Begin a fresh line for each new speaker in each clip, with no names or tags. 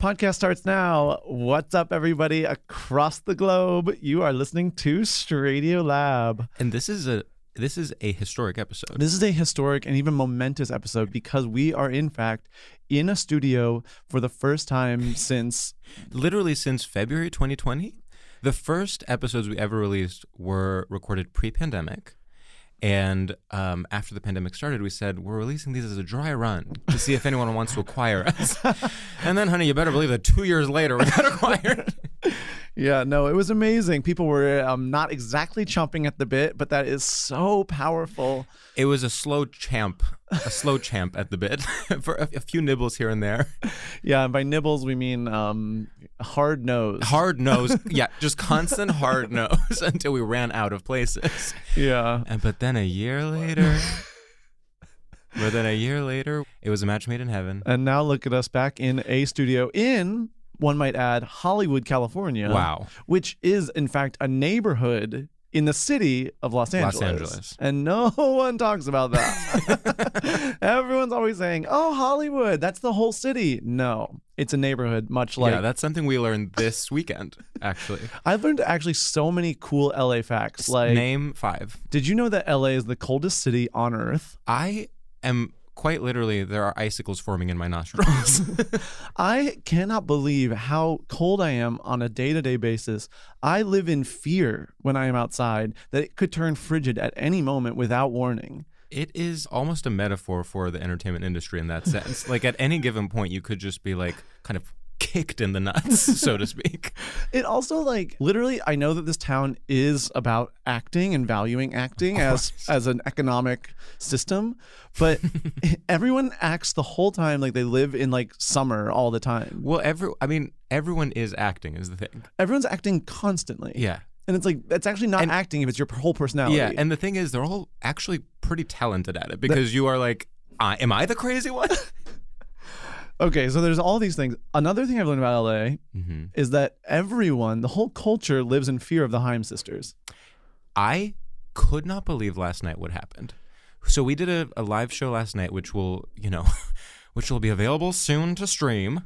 podcast starts now. What's up, everybody across the globe? You are listening to Stradio Lab,
and this is a this is a historic episode.
This is a historic and even momentous episode because we are in fact in a studio for the first time since
literally since February 2020. The first episodes we ever released were recorded pre-pandemic. And um, after the pandemic started, we said, we're releasing these as a dry run to see if anyone wants to acquire us. and then, honey, you better believe that two years later, we got acquired.
yeah, no, it was amazing. People were um, not exactly chomping at the bit, but that is so powerful.
It was a slow champ, a slow champ at the bit for a, a, few nibbles here and there.
Yeah, and by nibbles, we mean um, hard nose.
Hard nose. yeah, just constant hard nose until we ran out of places.
Yeah.
And, but then, then a year later. but then a year later, it was a match made in heaven.
And now look at us back in a studio in, one might add, Hollywood, California.
Wow.
Which is, in fact, a neighborhood in the city of Los Angeles.
Los Angeles.
And no one talks about that. Everyone's always saying, oh, Hollywood, that's the whole city. No, it's a neighborhood, much like.
Yeah, that's something we learned this weekend, actually.
I've learned actually so many cool LA facts. Like
Name five.
Did you know that LA is the coldest city on earth?
I am quite literally, there are icicles forming in my nostrils.
I cannot believe how cold I am on a day to day basis. I live in fear when I am outside that it could turn frigid at any moment without warning.
It is almost a metaphor for the entertainment industry in that sense. like at any given point, you could just be like kind of kicked in the nuts, so to speak.
It also like literally I know that this town is about acting and valuing acting as as an economic system, but everyone acts the whole time like they live in like summer all the time.
Well, every I mean everyone is acting is the thing.
Everyone's acting constantly.
Yeah.
And it's like that's actually not and, acting if it's your whole personality.
Oh, Yeah, and the thing is they're all actually pretty talented at it because the, you are like I, am I the crazy one?
Okay, so there's all these things. Another thing I've learned about LA mm-hmm. is that everyone, the whole culture, lives in fear of the Heim sisters.
I could not believe last night what happened. So we did a, a live show last night, which will, you know, which will be available soon to stream.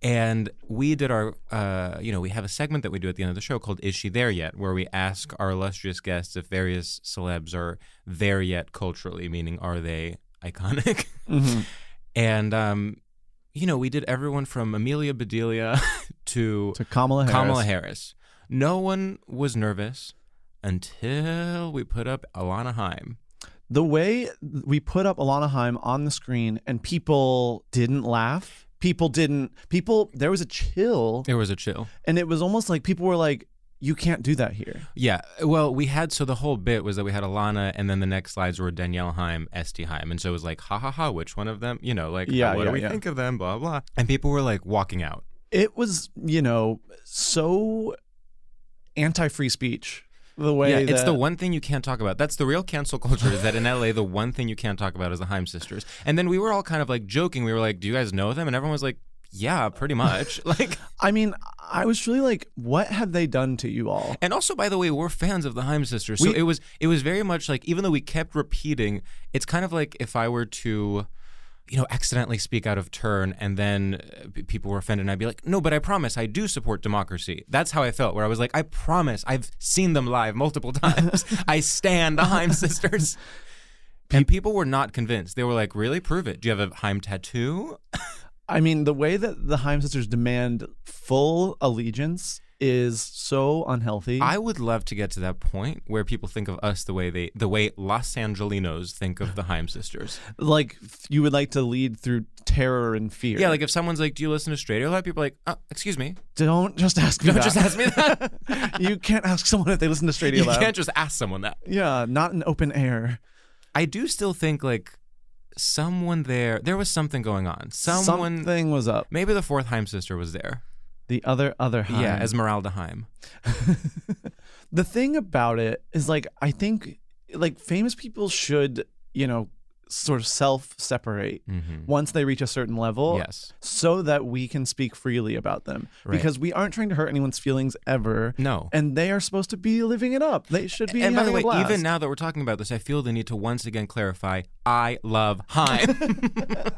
And we did our, uh, you know, we have a segment that we do at the end of the show called Is She There Yet? where we ask our illustrious guests if various celebs are there yet culturally, meaning are they iconic? Mm-hmm. And, um, you know, we did everyone from Amelia Bedelia to,
To Kamala Harris.
Kamala Harris. No one was nervous until we put up Alana Haim.
The way we put up Alana Heim on the screen and people didn't laugh. People didn't. People, there was a chill.
There was a chill.
And it was almost like people were like, you can't do that here.
Yeah. Well, we had so the whole bit was that we had Alana, and then the next slides were Danielle Heim, Esti Heim, and so it was like, ha ha ha, which one of them? You know, like,
Yeah,
what
yeah,
do we
yeah.
think of them? Blah blah. And people were like walking out.
It was, you know, so anti free speech. The way
yeah, it's
that-
the one thing you can't talk about. That's the real cancel culture. Is that in LA, the one thing you can't talk about is the Heim sisters. And then we were all kind of like joking. We were like, do you guys know them? And everyone was like, yeah, pretty much. like,
I mean, I was really like, what have they done to you all?
And also, by the way, we're fans of the Heim sisters, so
We-
it was it was very much like even though we kept repeating, it's kind of like if I were to, you know, accidentally speak out of turn, and then uh, p- people were offended, and I'd be like, no, but I promise, I do support democracy. That's how I felt, where I was like, I promise, I've seen them live multiple times. I stand the Heim sisters. And people were not convinced. They were like, "Really? Prove it. Do you have a Heim tattoo?"
I mean, the way that the Heim sisters demand full allegiance is so unhealthy.
I would love to get to that point where people think of us the way they, the way Los Angelinos think of the Heim sisters.
like you would like to lead through terror and fear.
Yeah, like if someone's like, "Do you listen to straight?" A lot of people are like, uh, "Excuse me,
don't just ask me.
don't
that.
just ask me that."
you can't ask someone if they listen to Straight
you
Lab.
can't just ask someone that.
yeah, not in open air.
I do still think like someone there. There was something going on. Someone.
Something was up.
Maybe the fourth Heim sister was there.
The other other Heim.
Yeah, Esmeralda Heim.
the thing about it is like I think like famous people should you know sort of self separate once they reach a certain level.
Mm-hmm. Yes.
So that we can speak freely about them
Right.
because we aren't trying to hurt anyone's feelings ever.
No.
And they are supposed to be living it up. They should be.
and by the
having a
way,
blast.
even now that we're talking about this, I feel the need to once again clarify: I love Heim,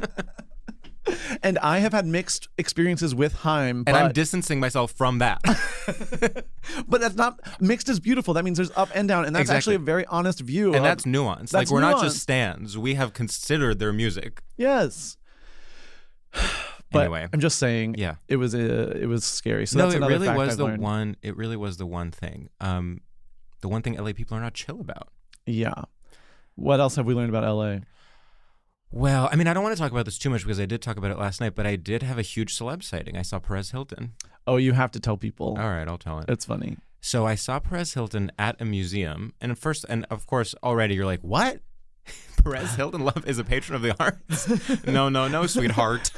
And I have had mixed experiences with Heim,
and
but,
I'm distancing myself from that.
but that's not mixed is beautiful. That means there's up and down, and that's
Exactly.
actually a very honest view. of-
and that's nuance.
That's
like we're not
nuanced.
just stands; we have considered their music.
Yes. But
Anyway.
I'm just saying.
Yeah.
It was uh, it was scary. So
no,
that's
it
another
really
fact
was
I've
the
learned.
one. It really was the one thing. Um, the one thing LA people are not chill about.
Yeah. What else have we learned about LA?
Well, I mean, I don't want to talk about this too much because I did talk about it last night, but I did have a huge celeb sighting. I saw Perez Hilton.
Oh, you have to tell people.
All right, I'll tell it.
It's funny.
So I saw Perez Hilton at a museum, and at first, and of course, already you're like, what? Perez Hilton love is a patron of the arts. no, no, no, sweetheart.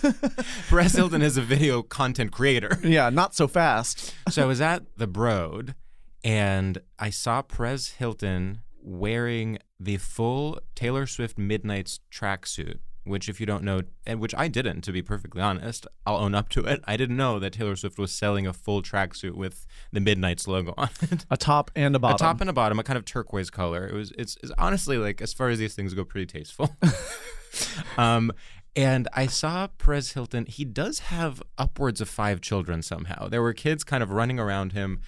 Perez Hilton is a video content creator.
Yeah, not so fast.
so I was at the Broad, and I saw Perez Hilton wearing the full Taylor Swift Midnight's tracksuit. Which, if you don't know, and which I didn't, to be perfectly honest, I'll own up to it. I didn't know that Taylor Swift was selling a full tracksuit with the Midnight's logo on it.
A top and a bottom.
A top and a bottom, a kind of turquoise color. It was it's, it's honestly like as far as these things go, pretty tasteful. um, and I saw Perez Hilton. He does have upwards of five children somehow. There were kids kind of running around him.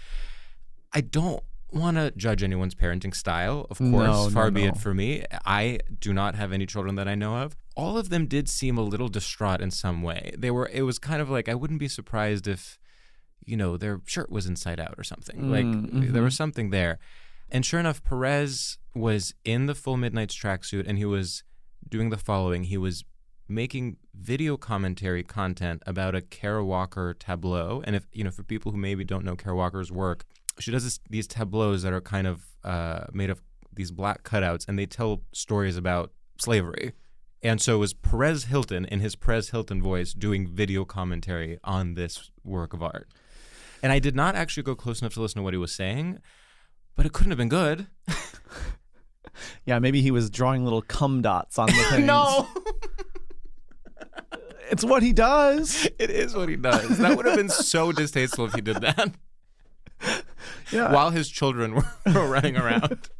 I don't want to judge anyone's parenting style, of course.
No, no,
far be
no.
it for me. I do not have any children that I know of. All of them did seem a little distraught in some way. They were. It was kind of like I wouldn't be surprised if you know, their shirt was inside out or something.
Mm,
like there
mm-hmm.
was something there. And sure enough, Perez was in the full Midnight's tracksuit and he was doing the following. He was making video commentary content about a Kara Walker tableau. And if, you know, for people who maybe don't know Kara Walker's work, she does this, these tableaus that are kind of uh, made of these black cutouts and they tell stories about slavery. And so it was Perez Hilton in his Perez Hilton voice doing video commentary on this work of art. And I did not actually go close enough to listen to what he was saying, but it couldn't have been good.
yeah, maybe he was drawing little cum dots on the things. It's what he does.
it is what he does. That would have been so distasteful if he did that
Yeah.
while his children were, were running around.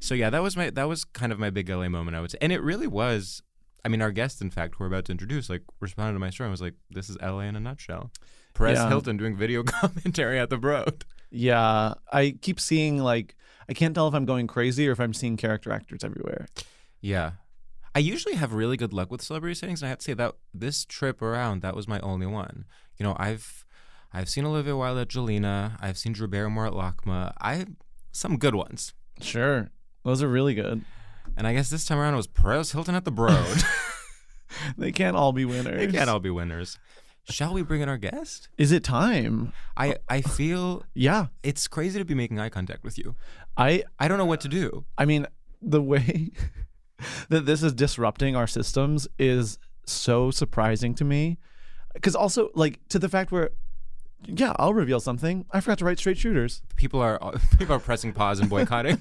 So yeah, that was my that was kind of my big LA moment. I would say, and it really was. I mean, our guest, in fact, who we're about to introduce, like responded to my story and was like, "This is LA in a nutshell." Perez
Yeah.
Hilton doing video commentary at the Broad.
Yeah, I keep seeing like I can't tell if I'm going crazy or if I'm seeing character actors everywhere.
Yeah. I usually have really good luck with celebrity sightings, and I have to say that this trip around, that was my only one. You know, I've I've seen Olivia Wilde at Jelena, I've seen Drew Barrymore at LACMA, I some good ones.
Sure, those are really good.
And I guess this time around it was Perez Hilton at the Broad.
They can't all be winners.
they can't all be winners. Shall we bring in our guest?
Is it time?
I, I feel
Yeah,
it's crazy to be making eye contact with you.
I
I don't know what to do.
I mean the way that this is disrupting our systems is so surprising to me. Because also like to the fact where, yeah, I'll reveal something. I forgot to write straight shooters.
People are people are pressing pause and boycotting.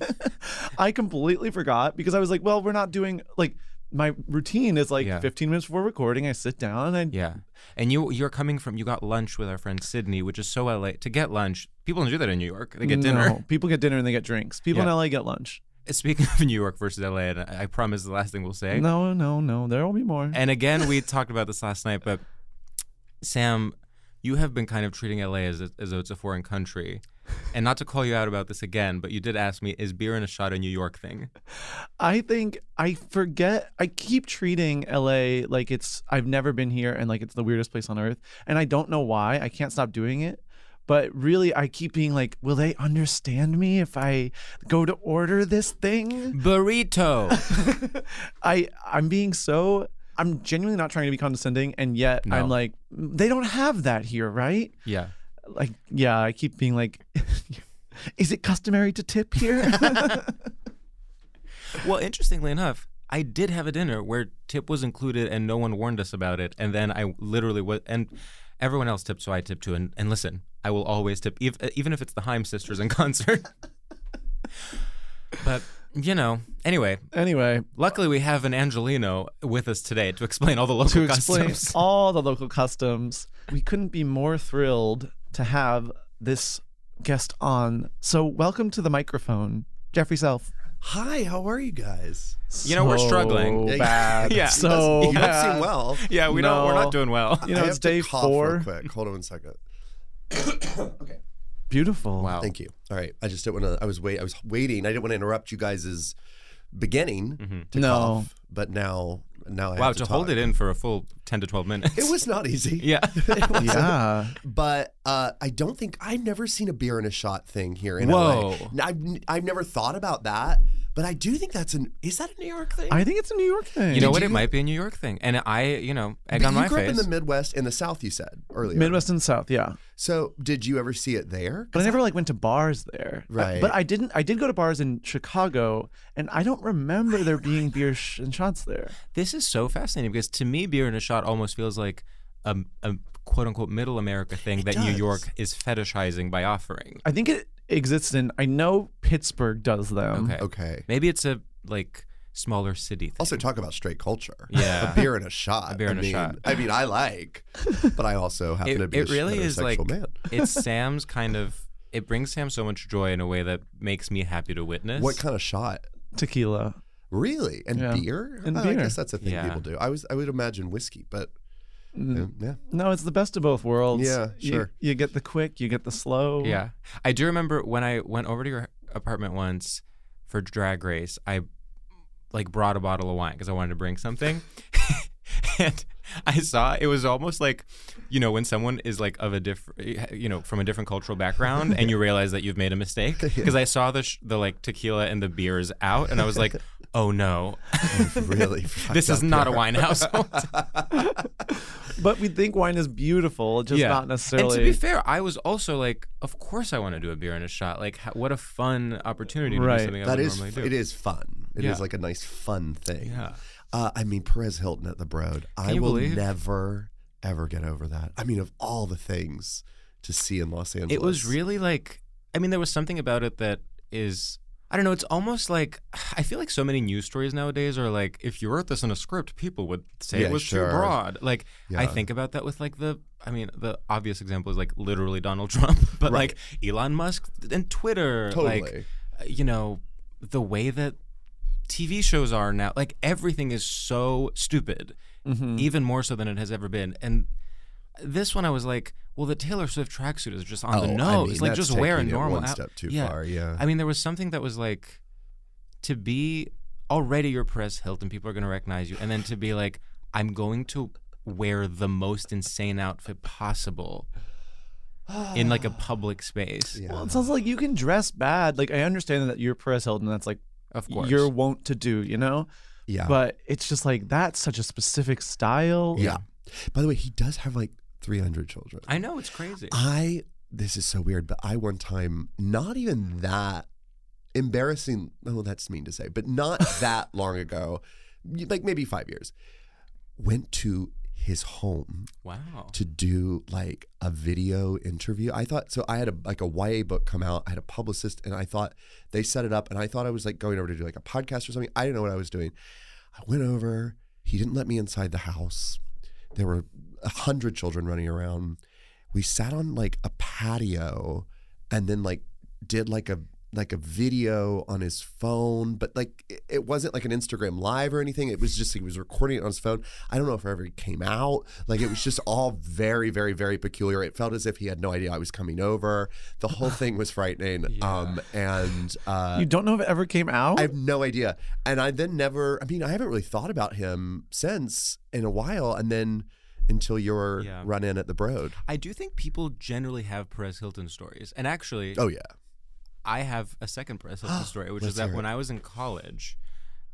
I completely forgot because I was like, well, we're not doing like my routine is like
Yeah.
15 minutes before recording. I sit down and I,
Yeah. And you you're coming from you got lunch with our friend Sydney, which is so LA. To get lunch, people don't do that in New York. They get dinner.
No, people get dinner and they get drinks. People
Yeah.
in LA get lunch.
Speaking of New York versus LA, and I I promise the last thing we'll say.
No, no, no. There will be more.
And again, we talked about this last night, but Sam, you have been kind of treating LA as, as though it's a foreign country. And not to call you out about this again, but you did ask me, is beer and a shot a New York thing?
I think I forget. I keep treating LA like it's I've never been here and like it's the weirdest place on earth. And I don't know why. I can't stop doing it. But really, I keep being like, will they understand me if I go to order this thing?
Burrito.
I I'm being so I'm genuinely not trying to be condescending, and yet
No.
I'm like they don't have that here, right?
yeah.
Like yeah, I keep being like, is it customary to tip here?
Well, interestingly enough, I did have a dinner where tip was included and no one warned us about it. And then I literally was, and everyone else tipped, so I tipped too. And, and listen, I will always tip, ev- even if it's the Heim sisters in concert. but, you know, anyway,
anyway,
luckily we have an Angelino with us today to explain all the local
to explain
customs.
all the local customs, we couldn't be more thrilled to have this guest on. So welcome to the microphone, Jeffrey Self.
Hi, how are you guys?
You know, we're
So
struggling.
Yeah,
Bad.
Yeah.
So
you don't
bad.
seem well.
Yeah, we don't, we're
No.
not doing well.
You know,
I
it's
have to
day
cough
four.
Real quick. Hold on one second.
Beautiful. Wow.
Thank you. All right, I just didn't want to. I was wait. I was waiting. I didn't want to interrupt you guys' beginning to
No.
cough, but now, now I
Mm-hmm. Wow,
have
to,
to
hold
talk.
it in for a full 10 to 12 minutes.
It was not easy.
Yeah.
It wasn't.
Yeah.
But uh, I don't think I've never seen a beer and a shot thing here in
Whoa.
LA. I've, n- I've never thought about that, but I do think that's an is that a New York thing?
I think it's a New York thing.
You know what?
you-
It might be a New York thing. And I, you know, egg
But
on
you
my
grew
face.
up in the Midwest and the South. You said earlier
Midwest and South, yeah.
So did you ever see it there?
But I never like went to bars there. Uh,
Right.
But I didn't. I did go to bars in Chicago, and I don't remember there being beer sh- and shots there.
This is so fascinating because to me, beer and a shot almost feels like a, a quote unquote middle America thing that New
does.
York is fetishizing by offering.
I think it exists in. I know Pittsburgh does them.
Okay.
Mm-hmm. Okay.
Maybe it's a like smaller city thing.
Also, talk about straight culture.
Yeah.
a beer and a shot.
A beer and
I
a
mean,
shot.
I mean, I like, but I also happen to
it,
be
it
a
really is like
heterosexual man.
it's Sam's kind of it brings Sam so much joy in a way that makes me happy to witness.
What kind of shot?
Tequila.
Really? And
Yeah.
beer?
And
Oh, I
beer.
guess that's a thing
Yeah.
people do. I was I would imagine whiskey, but
Mm.
um, yeah.
No, it's the best of both worlds.
Yeah,
You-
sure.
You, get the quick, you get the slow.
Yeah. I do remember when I went over to your apartment once for drag race, I like brought a bottle of wine because I wanted to bring something. and I saw it was almost like, you know, when someone is like of a different, you know, from a different cultural background and you realize that you've made a mistake. Because I saw the, sh- the like tequila and the beers out and I was like, oh no,
Really?
this is not a wine household.
But we think wine is beautiful, just not necessarily.
And to be fair, I was also like, of course I want to do a beer and a shot. Like, ho- what a fun opportunity to
Right.
do something I
That
would
is
normally
f-
do.
it is fun. It is
Yeah.
like a nice fun thing.
Yeah.
Uh, I mean Perez Hilton at the Broad. I
you
will
believe?
never ever get over that. I mean, of all the things to see in Los Angeles,
It was really like, I mean, there was something about it that is, I don't know, it's almost like, I feel like so many news stories nowadays are like, if you wrote this in a script, people would say
Yeah,
it was
sure.
too broad. Like, I
Yeah.
think about that with like the, I mean, the obvious example is like literally Donald Trump, but
Right.
like uh, Elon Musk and Twitter.
Totally.
Like, you know, the way that TV shows are now. Like everything is so stupid,
Mm-hmm.
Mhm.
even more so than it has ever been. And this one, I was like, well, the Taylor Swift tracksuit is just on
Oh, I
the
mean,
nose. like
that's
just wear a
taking it
normal
one
out-
step too far, yeah.
I mean, there was something that was like to be already your Perez Hilton, people are going to recognize you, and then to be like, I'm going to wear the most insane outfit possible in like a public space.
Well, it sounds like you can dress bad. Like I understand that you're Perez Hilton. That's like
Of course.
your wont to do. You know.
Yeah.
But it's just like that's such a specific style.
Yeah. By the way, he does have like 300 children.
I know it's crazy.
I this is so weird, but I one time not even that embarrassing. Well, that's mean to say, but not that long ago, like maybe five years, went to his home
Wow.
to do like a video interview. I thought so. I had a like a YA book come out. I had a publicist, and I thought they set it up, and I thought I was like going over to do like a podcast or something. I didn't know what I was doing. I went over. He didn't let me inside the house. There were a hundred children running around. We sat on like a patio, and then like did like a like a video on his phone, but like it- it wasn't like an Instagram live or anything. It was just he was recording it on his phone. I don't know if it ever came out. Like it was just all very, very, very peculiar. It felt as if he had no idea I was coming over. The whole thing was frightening. Um, and uh,
You don't know if it ever came out.
I have no idea. And I then never, I mean, I haven't really thought about him since in a while. And then until your
Yeah.
run in at the Broad.
I do think people generally have Perez Hilton stories. And actually,
Oh, yeah.
I have a second Perez Hilton story, which
Let's
is that
hear
when
it.
I was in college,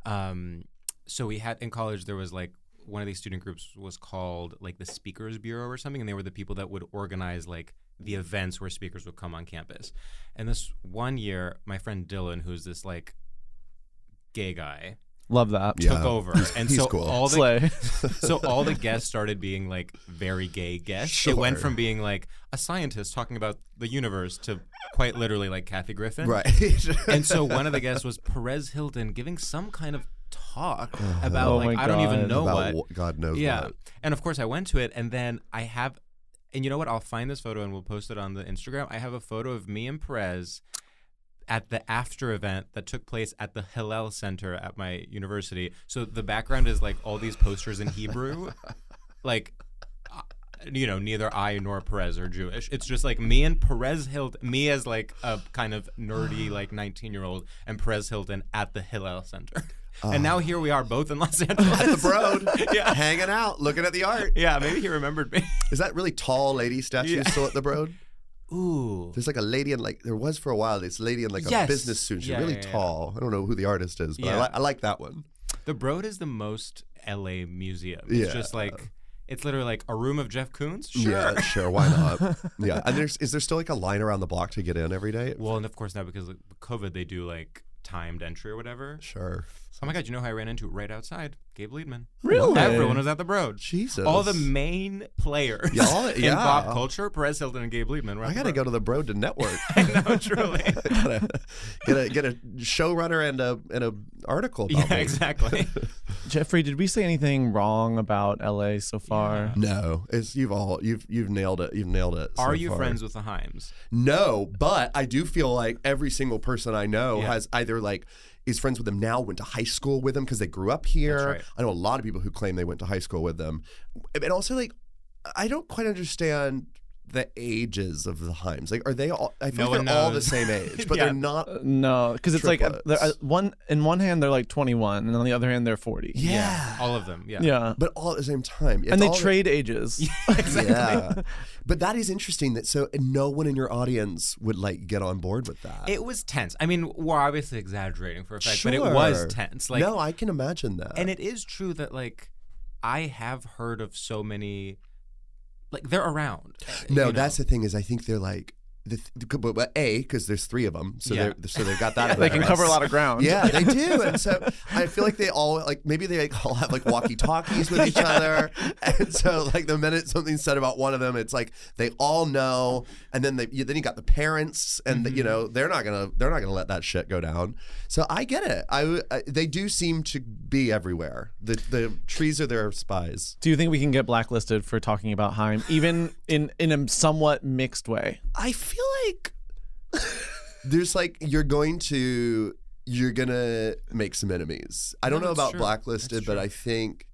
um, so we had in college there was like one of these student groups was called like the Speakers Bureau or something, and they were the people that would organize like the events where speakers would come on campus. And this one year, my friend Dylan, who's this like gay guy,
Love that.
took over, and
he's
so
cool.
all the
Slay.
so all the guests started being like very gay guests. It went
Sure.
from being like a scientist talking about the universe to quite literally like Kathy Griffin,
Right.
and so one of the guests was Perez Hilton giving some kind of talk about
Oh
like
my
I don't
God.
even know
About
what.
what- Oh, God knows
Yeah,
what.
and of course I went to it, and then I have, and you know what? I'll find this photo and we'll post it on the Instagram. I have a photo of me and Perez at the after event that took place at the Hillel Center at my university. So the background is like all these posters in Hebrew, like. uh, You know, neither I nor Perez are Jewish. It's just like me and Perez Hilton, me as like a kind of nerdy, like 19 year old, and Perez Hilton at the Hillel Center. and now here we are both in Los Angeles.
At the Broad,
Yeah.
hanging out, looking at the art.
yeah, maybe he remembered me.
Is that really tall lady statue
Yeah.
still at the Broad?
Ooh.
There's like a lady in like there was for a while this lady in like a
Yes.
business suit. She's
Yeah,
really
yeah, yeah.
tall. I don't know who the artist is, but I,
Yeah.
li- I like that one.
The Broad is the most LA museum. It's
Yeah.
just like it's literally like a room of Jeff Koons. Sure.
Yeah, sure. Why not? yeah. And there's is there still like a line around the block to get in every day?
Well, and of course now because of COVID they do like timed entry or whatever.
Sure.
Oh my god, you know who I ran into right outside? Gabe Liedman.
Really?
Everyone was at the Broad.
Jesus.
All the main players
Yeah, all-
in
yeah.
pop culture, Perez Hilton and Gabe Liedman. Were at
I
the
gotta go to the Broad to network.
Broad. I know, truly.
gotta get a get a showrunner and a and a article. About
yeah,
me.
exactly.
Jeffrey, did we say anything wrong about LA so far?
No, it's you've all you've you've nailed it. You've nailed it. so
Are you
far.
friends with the Himes?
No, but I do feel like every single person I know
Yeah.
has either like is friends with them now, went to high school with them because they grew up here.
right.
I know a lot of people who claim they went to high school with them, and also like I don't quite understand the ages of the Himes. Like, are they all? I feel
No
like
one
they're all the
knows.
same age, but
Yeah.
they're not.
Uh, No, because it's like uh, they're, uh,
Triplets.
one in one hand they're like 21, and on the other hand they're 40.
Yeah.
All of them. Yeah.
yeah.
But all at the same time, It's
and they
all the-
trade ages.
Yeah, but that is interesting. That so no one in your audience would like get on board with that.
It was tense. I mean, we're obviously exaggerating for a fact, but it was
Sure.
tense. Like,
no, I can imagine that.
and it is true that like I have heard of so many, like they're around.
no,
you know?
that's the thing is I think they're like the th- but, but a because there's three of them, so
Yeah.
they're so they've got that.
they can
awareness.
cover a lot of ground.
Yeah, they do, and so I feel like they all like maybe they like, all have like walkie talkies with each other, and so like the minute something's said about one of them, it's like they all know, and then they you, then you got the parents, and the- you know they're not gonna they're not gonna let that shit go down. So I get it. I, w- I- they do seem to be everywhere. The the trees are their spies.
Do you think we can get blacklisted for talking about Heim, even in in a somewhat mixed way?
I feel like there's like you're going to you're gonna make some enemies. I don't
No,
know
that's
about
true.
blacklisted,
That's
but
true.
I think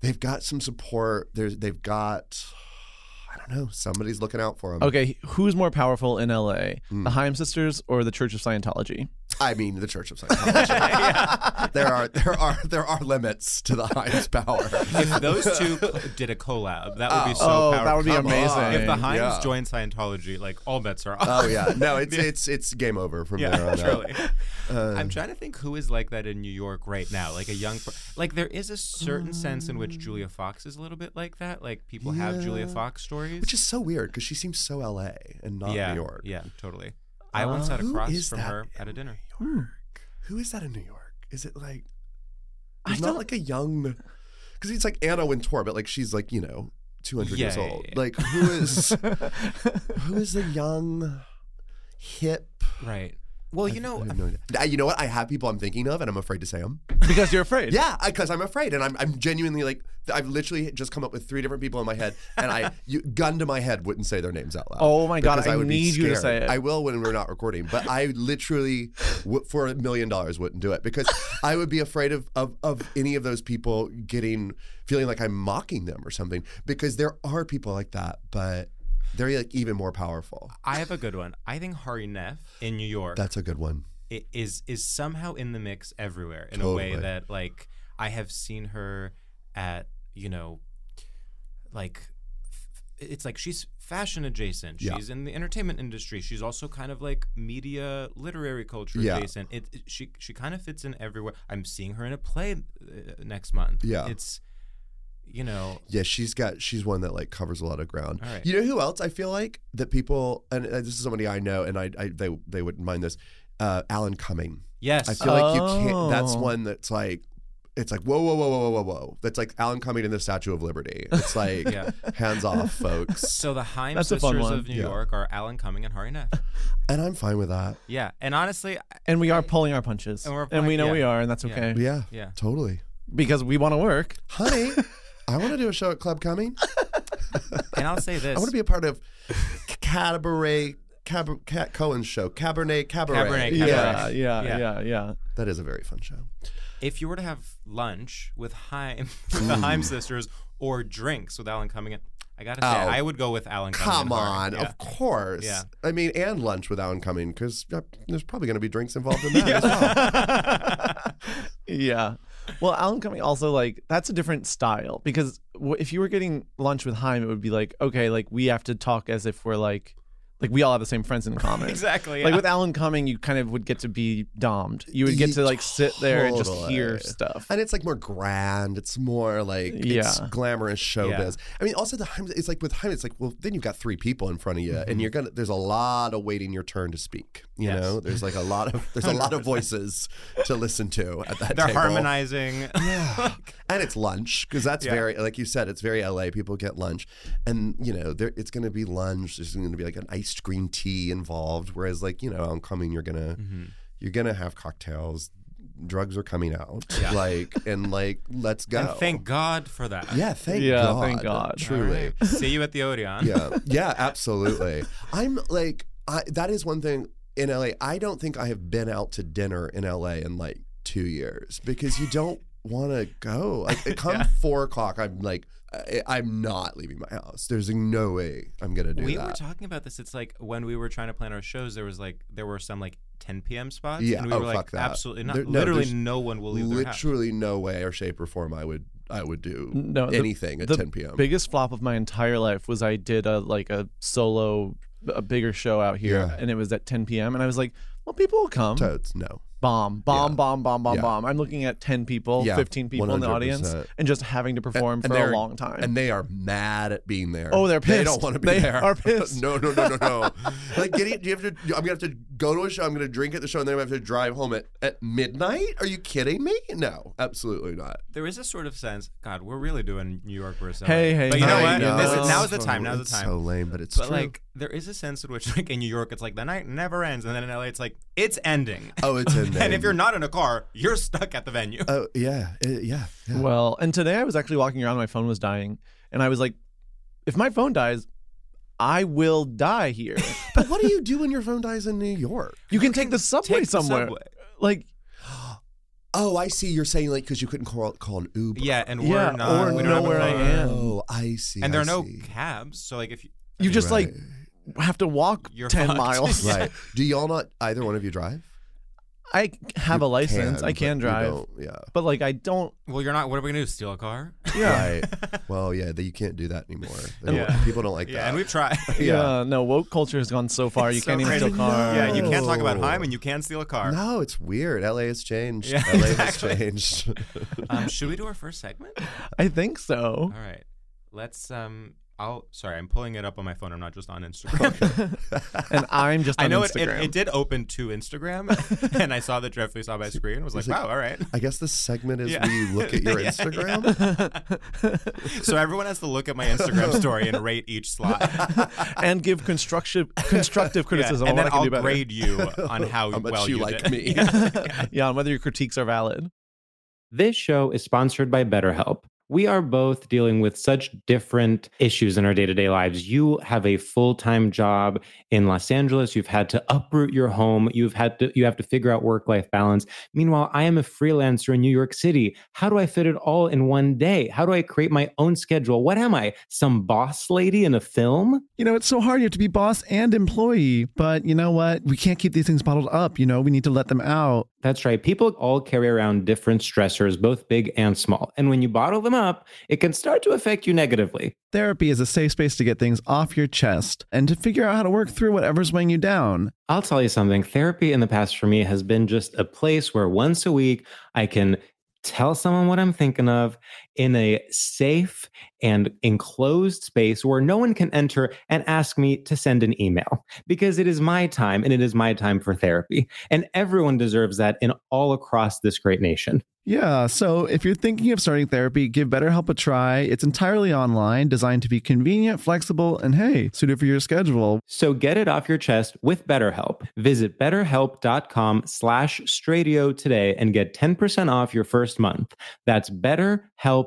they've got some support. There's they've got I don't know somebody's looking out for them.
Okay, who's more powerful in LA,
Um, Hmm.
the Haim sisters or the Church of Scientology?
I mean the Church of Scientology. There are there are there are limits to the highest power.
If those two co- did a collab, that would be so
Oh,
powerful.
that would be
Come
amazing.
on.
If the Himes
Yeah.
join Scientology, like all bets are off.
Oh yeah, no, it's it's it's game over from there
yeah,
on out.
truly.
Um,
I'm trying to think who is like that in New York right now. Like a young, per- like there is a certain sense in which Julia Fox is a little bit like that. Like people have Julia
Um, Yeah.
Fox stories,
Which is so weird because she seems so LA and not
yeah,
New York. Uh,
Yeah, totally. I once sat
Who
across
is
from
that
her
in
at a dinner.
New York? Who is that in New York? Is it like
I
it's not
don't-
like a young because it's like Anna Wintour, but like she's like you know two hundred
Yeah,
years
yeah,
old.
yeah.
Like who is who is the young hip?
Right. Well, you know,
I have no idea. Uh, You know what? I have people I'm thinking of, and I'm afraid to say them.
because you're afraid.
Yeah, because I'm afraid, and I'm, I'm genuinely like th- I've literally just come up with three different people in my head, and I you, gun to my head wouldn't say their names out loud.
Oh my God,
because
I
would be
need you to
scared.
say it.
I will when we're not recording, but I literally w- for a million dollars wouldn't do it because I would be afraid of, of of any of those people getting feeling like I'm mocking them or something because there are people like that, but they're like even more powerful.
I have a good one. I think Hari Neff in New York
That's a good one.
i- is is somehow in the mix everywhere in a way
Totally.
that like I have seen her at you know like f- it's like she's fashion adjacent
Yeah.
she's in the entertainment industry she's also kind of like media literary culture
Yeah.
adjacent it, it- she she kind of fits in everywhere i'm seeing her in a play uh, next month
Yeah.
it's you know
Yeah, she's got she's one that like covers a lot of ground.
All right.
You know who else I feel like that people and uh, this is somebody I know and I, I they they wouldn't mind this. Uh, Alan Cumming.
yes Uh,
I feel like you can't. That's
Oh.
one that's like. It's like whoa, whoa, whoa, whoa, whoa, whoa, whoa. That's like Alan Cumming in the Statue of Liberty. It's like
Yeah.
hands off, folks.
so the Heim
That's a fun
sisters
one.
of New
Yeah.
York are Alan Cumming and Hari Neff.
And I'm fine with that.
Yeah, and honestly, I-
And we are pulling our punches. And,
And we're
we
fine-
know
yeah.
we are, and that's
Yeah.
okay.
Yeah,
Yeah.
totally.
Because we want to work.
Honey, I want to do a show at Club Cumming.
and I'll say this:
I want to be a part of Cabaret Cab- Cat Cohen's show, Cabernet Cabaret.
Cabernet Cabaret.
Yeah, yeah,
Yeah.
yeah,
Yeah.
yeah,
that is a very fun show.
if you were to have lunch with Heim, with the Heim sisters, or drinks with Alan Cumming, in- I gotta say,
Oh.
I would go with Alan. Cumming
Come
and Hart.
on,
Yeah.
of course.
Yeah.
I mean, and lunch with Alan Cumming because there's probably going to be drinks involved in that as well.
Yeah. Well, Alan Cumming also like that's a different style because w- if you were getting lunch with Haim, it would be like okay, like we have to talk as if we're like like we all have the same friends in common.
Exactly,
Like
yeah.
with Alan Cumming, you kind of would get to be dommed. You would get to like sit there and just hear
Totally.
stuff.
And it's like more grand. It's more like it's
Yeah.
glamorous showbiz. I mean, also the Heim- it's like with Heim, it's like well, then you've got three people in front of you,
Mm-hmm.
and you're gonna. There's a lot of waiting your turn to speak. You
Yes.
know, there's like a lot of there's a lot of voices to listen to at that.
They're
table.
harmonizing.
and it's lunch because that's very like you said it's very la people get lunch and you know there it's going to be lunch there's going to be like an iced green tea involved whereas like you know i'm coming you're gonna
Mm-hmm.
you're gonna have cocktails drugs are coming out like and like let's go
And thank God for that.
yeah thank
Yeah,
god
thank God.
All
truly
right. See you at the Odeon.
yeah yeah absolutely i'm like I, that is one thing in la i don't think i have been out to dinner in la in like two years because you don't want to go like it come four o'clock i'm like I, i'm not leaving my house there's no way i'm gonna do
We
that
were talking about this. It's like when we were trying to plan our shows, there was like there were some like 10 p.m. spots.
Yeah,
and we
oh,
were like,
fuck that.
absolutely not.
There- no,
literally,
there's
no one will leave their house.
literally no way or shape or form i would i would do
No, the-
anything at
the
10 p.m
Biggest flop of my entire life was I did a like a solo a bigger show out here
Yeah.
and it was at 10 p.m. and I was like, well, people will come.
toads no
bomb, bomb,
Yeah.
bomb, bomb, bomb,
Yeah.
bomb. I'm looking at 10 people,
Yeah,
15 people in the audience
100%.
and just having to perform for a
they're-
long time.
And they are mad at being there.
Oh, they're pissed.
They don't want to be
They
there.
are pissed.
no, no, no, no, no. like, getting, you have to. I'm gonna have to go to a show. I'm gonna drink at the show, and then I have to drive home at, at midnight. Are you kidding me? No, absolutely not.
There is a sort of sense, God, we're really doing New York versus LA.
Hey, hey,
But you know
I
what?
know.
This is, now is
It's
the time. Now's the
it's
time.
So lame, but it's
But
true.
like, there is a sense in which, like in New York, it's like the night never ends, and then in LA, it's like it's ending.
oh, it's in there.
and if you're not in a car, you're stuck at the venue.
oh yeah, it- yeah, yeah.
well, and today I was actually walking around, my phone was dying, and I was like, if my phone dies, I will die here.
But what do you do when your phone dies in New York?
you can take the subway
Take the
somewhere.
subway.
like
Oh, I see. You're saying like because you couldn't call call an Uber.
Yeah, and we're
Yeah,
not.
or
we don't have
know
a
where I
car.
am.
Oh, I see.
And there
I
are no
see.
cabs, so like if you, I
you
mean,
just
right.
like have to walk
You're
10
fucked.
miles
right. Do y'all not either one of you drive?
i have a license i
but
can
you
drive
don't, Yeah.
but like i don't
well, you're not. What are we gonna do? Steal a car?
Yeah. Right. well, yeah. That you can't do that anymore. They don't- People don't like
yeah,
that.
and we've tried.
yeah. no woke culture has gone so far you
So
can't even
crazy.
steal cars
Yeah, you can't talk about
No.
Heim and you can't steal a car.
No, it's weird. LA has changed.
Yeah,
LA
exactly.
has changed.
Um, should we do our first segment?
i think so
All right. Let's um I'll sorry, I'm pulling it up on my phone. I'm not just on Instagram.
and i'm just on
I know it, it,
instagram
it did open to Instagram and I saw the directly saw my screen and was like,
It's like-
wow, all right.
I guess this segment is
Yeah.
where you look at your
Yeah,
Instagram.
So everyone has to look at my Instagram story and rate each slot.
and give constructive constructive
Yeah,
criticism on
and
what
then
I can
I'll
do better.
grade you on how,
How much
well
you like
did.
me.
yeah, and whether your critiques are valid.
This show is sponsored by BetterHelp. We are both dealing with such different issues in our day to day lives. You have a full time job in Los Angeles. You've had to uproot your home. You've had to, you have to figure out work life balance. Meanwhile, I am a freelancer in New York City. How do I fit it all in one day? How do I create my own schedule? What am I? Some boss lady in a film?
You know, it's so hard. You have to be boss and employee, but you know what? We can't keep these things bottled up. You know, we need to let them out.
That's right. People all carry around different stressors, both big and small. And when you bottle them up, it can start to affect you negatively.
Therapy is a safe space to get things off your chest and to figure out how to work through whatever's weighing you down.
I'll tell you something. Therapy in the past for me has been just a place where once a week I can tell someone what I'm thinking of in a safe and enclosed space where no one can enter and ask me to send an email because it is my time and it is my time for therapy. And everyone deserves that in all across this great nation.
Yeah, so if you're thinking of starting therapy, give BetterHelp a try. It's entirely online, designed to be convenient, flexible, and hey, suited for your schedule.
So get it off your chest with BetterHelp. Visit betterhelp.com slash stradio today and get 10% off your first month. That's betterhelp,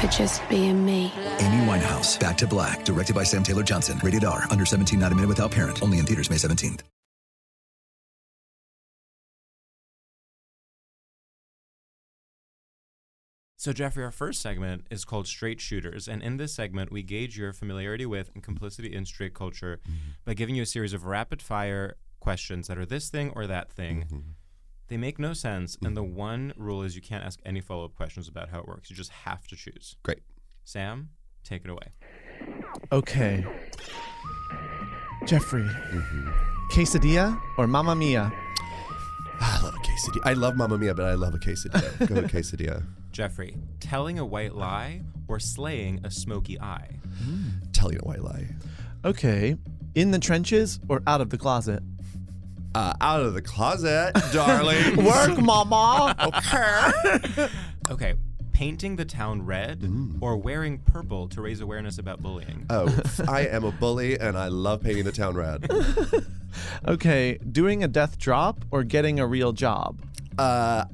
for just being me.
Amy Winehouse, Back to Black, directed by Sam Taylor Johnson. Rated R, under 17, not a minute without parent. Only in theaters May 17th.
So, Jeffrey, our first segment is called Straight Shooters. And in this segment, we gauge your familiarity with and complicity in straight culture by giving you a series of rapid fire questions that are this thing or that thing. They make no sense. And the one rule is you can't ask any follow up questions about how it works. You just have to choose.
Great.
Sam, take it away.
Okay. Jeffrey, quesadilla or Mamma Mia?
I love a quesadilla. I love Mamma Mia, but I love a quesadilla. Go with quesadilla.
Jeffrey, telling a white lie or slaying a smoky eye?
Telling a white lie.
Okay. In the trenches or out of the closet?
Uh, out of the closet, darling.
Work, Mama.
Okay.
Okay,
painting the town red or wearing purple to raise awareness about bullying.
Oh, I am a bully and I love painting the town red.
Okay, doing a death drop or getting a real job?
Uh,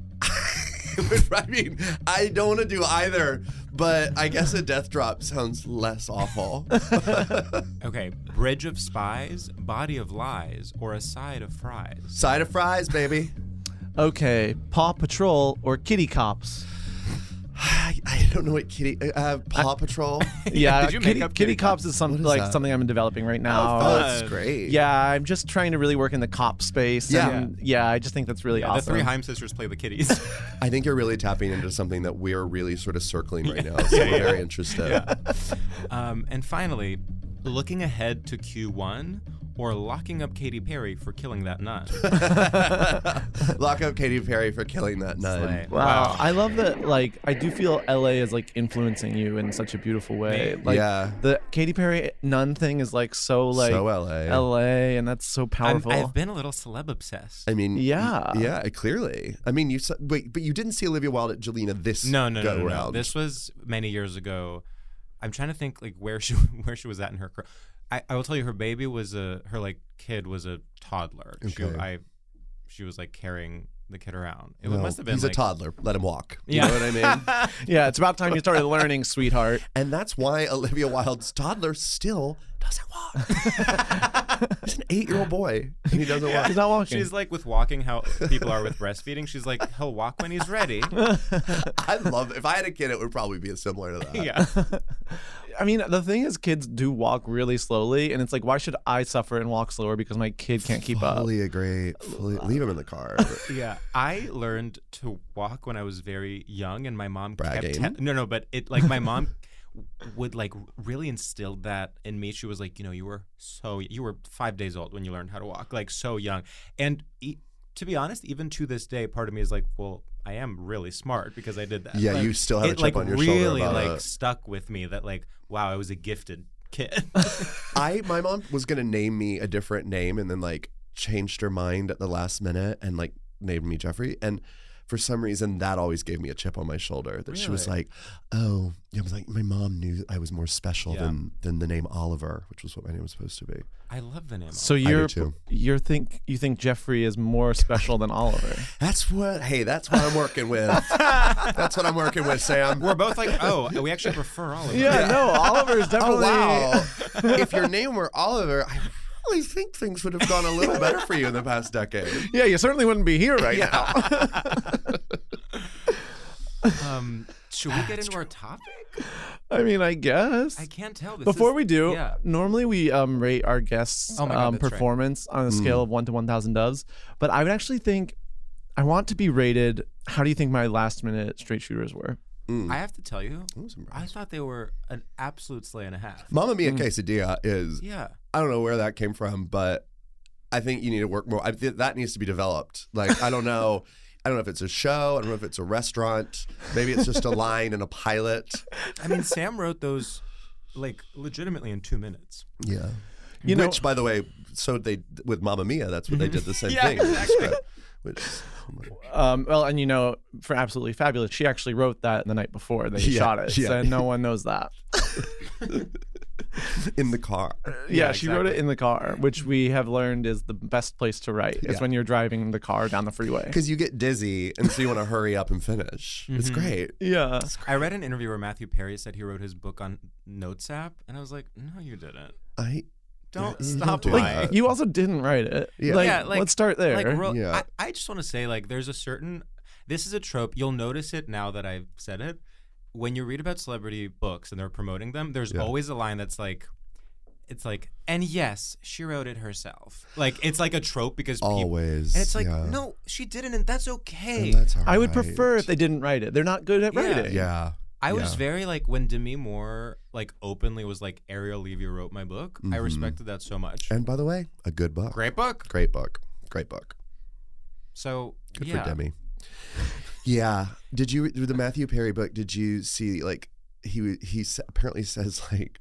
I mean, I don't want to do either, but I guess a death drop sounds less awful.
Okay, bridge of spies, body of lies, or a side of fries.
Side of fries, baby.
Okay, Paw Patrol or Kitty Cops?
Ah, I don't know what kitty. Uh, Paw Patrol.
Yeah, Kitty, Kitty Cops is some
What
like
that?
something I'm developing right now.
Oh, that's great.
Yeah, I'm just trying to really work in the cop space.
Yeah.
and, yeah. I just think that's really
Yeah,
awesome.
The three Heim sisters play the kitties.
I think you're really tapping into something that we're really sort of circling right now. So
Yeah,
we're
yeah.
very interested.
um, and finally, looking ahead to Q1 or locking up Katy Perry for killing that nut.
Lock up Katy Perry for killing that nun.
Slay.
Wow. I love that. Like, I do feel LA is like influencing you in such a beautiful way. Like,
Yeah.
The Katy Perry nun thing is like so like
So LA.
LA, and that's so
I'm,
powerful.
I've been a little celeb obsessed.
I mean,
Yeah.
yeah, clearly. I mean, you saw, wait, but you didn't see Olivia Wilde at Jelena this
No, no,
go
no, no, no.
round.
This was many years ago. I'm trying to think like where she where she was at in her career. I, I will tell you, her baby was a her like kid was a toddler. She,
Okay.
I she was like carrying the kid around. It
No,
must have been
He's
like,
a toddler. Let him walk. You
Yeah.
know what I mean?
yeah, it's about time you started learning, sweetheart.
and that's why Olivia Wilde's toddler still doesn't walk. He's an eight-year-old boy, and he doesn't walk.
He's not walking.
She's like with walking how people are with breastfeeding. She's like he'll walk when he's ready.
I love. If I had a kid, it would probably be similar to that.
yeah.
I mean, the thing is, kids do walk really slowly, and it's like, why should I suffer and walk slower because my kid can't keep up?
Fully agree. Fully, leave him in the car.
Yeah, I learned to walk when I was very young, and my mom
Bragging.
kept te- no, no, but it like my mom would like really instilled that in me. She was like, you know, you were so you were five days old when you learned how to walk, like so young. And e- to be honest, even to this day, part of me is like, well, I am really smart because I did that.
Yeah,
But
you still have a
it,
chip
like,
on your shoulder
really,
about
like
it.
stuck with me that like, wow, I was a gifted kid.
I my mom was gonna name me a different name and then like changed her mind at the last minute and like named me Jeffrey and for some reason that always gave me a chip on my shoulder that she was like oh I was like my mom knew I was more special
Yeah.
than than the name Oliver which was what my name was supposed to be
I love the name.
So
Oliver.
you're
too.
you're think you think Jeffrey is more special than Oliver?
that's what hey that's what I'm working with that's what I'm working with Sam
we're both like, oh, we actually prefer Oliver.
Yeah, no, Oliver is
oh
definitely.
wow if your name were Oliver I really think things would have gone a little better for you in the past decade
Yeah, you certainly wouldn't be here right now.
Um, should we get into our topic?
I mean, I guess.
I can't tell. This
Before
is-
we do,
yeah.
normally we um, rate our guests'
Oh my God,
um,
that's right.
performance on
Mm.
a scale of one to one thousand doves, but I would actually think I want to be rated. How do you think my last minute straight shooters were?
mm.
I have to tell you, I thought they were an absolute sleigh and a half.
Mamma Mia Quesadilla is
Yeah,
I don't know where that came from, but I think you need to work more. I th- that needs to be developed. Like I don't know, I don't know if it's a show. I don't know if it's a restaurant. Maybe it's just a line and a pilot.
I mean, Sam wrote those like legitimately in two minutes.
Yeah.
You know-
Which, by the way, so they with Mamma Mia. That's what they did. The same
Yeah,
thing.
exactly.
Which,
Um, well, and you know, for absolutely fabulous, she actually wrote that the night before they
Yeah,
shot it,
yeah.
so no one knows that.
in the car.
Yeah, she wrote it in the car, which we have learned is the best place to write. It's
Yeah.
when you're driving the car down the freeway.
Because you get dizzy, and so you want to hurry up and finish. It's
Mm-hmm.
great.
Yeah,
I read an interview where Matthew Perry said he wrote his book on Notes app, and I was like, no, you didn't.
I
Don't
you
stop
do
lying.
that.
you also didn't write it.
Yeah.
Like,
Yeah, like-
let's start there.
Like, real,
Yeah.
I, I just want to say, like, there's a certain. This is a trope. You'll notice it now that I've said it. When you read about celebrity books and they're promoting them, there's
Yeah.
always a line that's like, it's like, and yes, she wrote it herself. Like, it's like a trope because peop-
always.
and it's like,
yeah.
no, she didn't, and that's okay.
And that's all
I would
right.
prefer if they didn't write it. They're not good at
Yeah.
writing.
Yeah.
I was
Yeah.
very like when Demi Moore like openly was like Ariel Levy wrote my book. I
Mhm.
respected that so much.
And by the way, a good book.
Great book.
Great book. Great book.
So
Good
yeah.
for Demi. Yeah. Did you with the Matthew Perry book? Did you see like he he s- apparently says like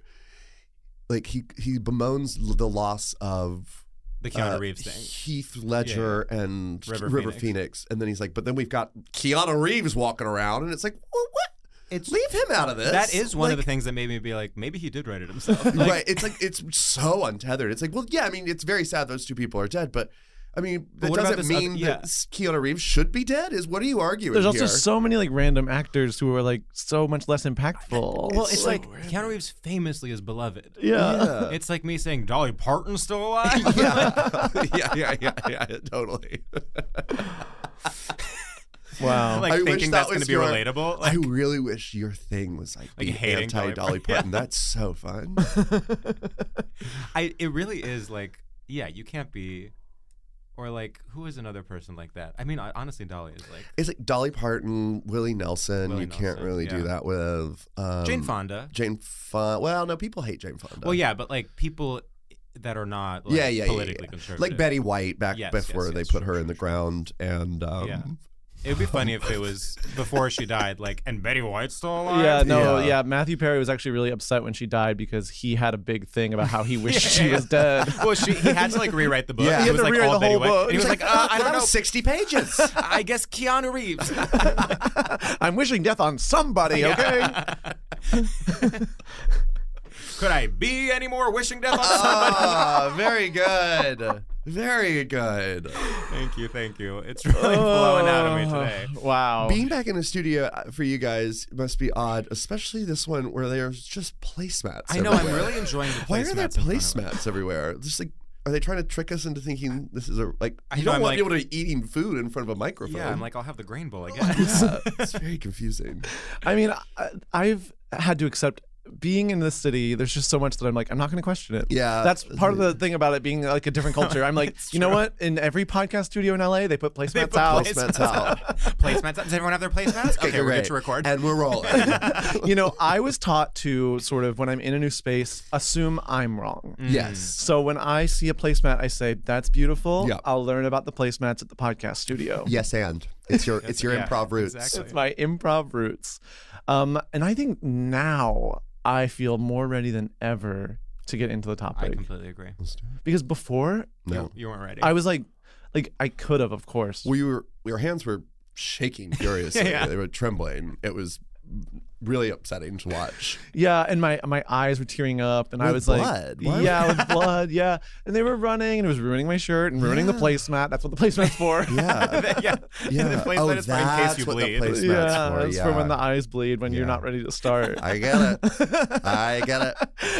like he he bemoans l- the loss of
The Keanu
uh,
Reeves thing.
Heath Ledger and
River
River,
Phoenix.
Phoenix. and then he's like, but then we've got Keanu Reeves walking around, and it's like, well, what?
It's
leave him out of this.
That is one of
Like-
the things that made me be like, maybe he did write it himself. Like,
right. It's like it's so untethered. It's like, well, yeah. I mean, it's very sad those two people are dead, but I mean,
But
that
what about
doesn't
this
mean
other-
that Keanu Reeves should be dead. Is what are you arguing?
There's also
here?
so many like random actors who are like so much less impactful.
well, it's like Keanu Reeves famously is beloved.
Yeah. Yeah.
It's like me saying Dolly Parton's still alive.
yeah. yeah, yeah, yeah, yeah, totally.
Wow. Like,
wish
thinking
that
that's gonna
was
be
your-
relatable,
I really wish your thing was like,
Like
the
hating
anti
Dolly
Dolly Parton.
Parton.
That's so fun.
I it really is like yeah, you can't be or like who is another person like that? I mean, I, honestly, Dolly is like
It's like Dolly Parton, Willie Nelson.
Willie
you can't
Nelson,
really do
yeah.
that with um,
Jane Fonda.
Jane Fonda. Well, no, people hate Jane Fonda.
well, yeah, but like people that are not like,
yeah, yeah, yeah,
politically
yeah.
conservative,
Like Betty White back
Yes, yes,
before
yes,
they
sure,
put her in the ground, and um,
yeah. It would be funny if it was before she died, like, and Betty White's still alive.
Yeah, no, yeah. Matthew Perry was actually really upset when she died because he had a big thing about how he wished she
Yeah.
was dead.
Well, she, he had to like rewrite the book.
Yeah. He had
was
to
like
rewrite
all
the
Betty
whole
White.
book.
And he was
He's
like,
like,
uh, I
"That
don't know,
was
60 pages.
I guess Keanu Reeves.
I'm wishing death on somebody. Okay.
Could I be any more wishing death on
Ah, very good. Very good.
Thank you, thank you. It's
Oh.
really blowing out of me today.
Wow.
Being back in the studio uh, for you guys must be odd, especially this one where there's just placemats.
I know, I'm
everywhere.
really enjoying the
Why are
placemats
there
in front of
placemats everywhere? Just like, are they trying to trick us into thinking this is a like?
I
You
know,
don't
I'm
want
like-
people to be eating food in front of a microphone.
Yeah, I'm like, I'll have the grain bowl, I guess.
Yeah, it's very confusing.
I mean, I, I've had to accept being in this city. There's just so much that I'm like, I'm not going to question it.
Yeah.
that's part of the thing about it being like a different culture. I'm like, you know what? In every podcast studio in LA, they put placemats
They put
out.
placemats out.
placemats. Does everyone have their placemats? Okay, we're
great.
good to record.
and we're rolling.
you know, I was taught to sort of when I'm in a new space, assume I'm wrong.
Mm,
Yes.
So when I see a placemat, I say that's beautiful.
Yeah.
I'll learn about the placemats at the podcast studio.
yes, and it's your it's your
Yeah,
improv roots.
It's my improv roots. Um, and I think now I feel more ready than ever to get into the
I
topic.
completely agree.
because before
No.
You weren't ready.
I was like like I could have, of course.
We were your hands were shaking furiously.
Yeah.
They were trembling. It was really upsetting to watch.
Yeah, and my my eyes were teering up, and I
With
was
blood?
like,
Why
yeah,
would-
with blood, yeah. And they were running, and it was ruining my shirt and ruining the
Yeah.
placemat. That's what the placemat's for.
Yeah.
yeah.
Yeah.
The placemat
Oh,
is for in case
that's
you
what the
bleed.
placemat's
yeah,
for,
it's
yeah.
for when the eyes bleed when you're not ready to start.
I get it. I get it.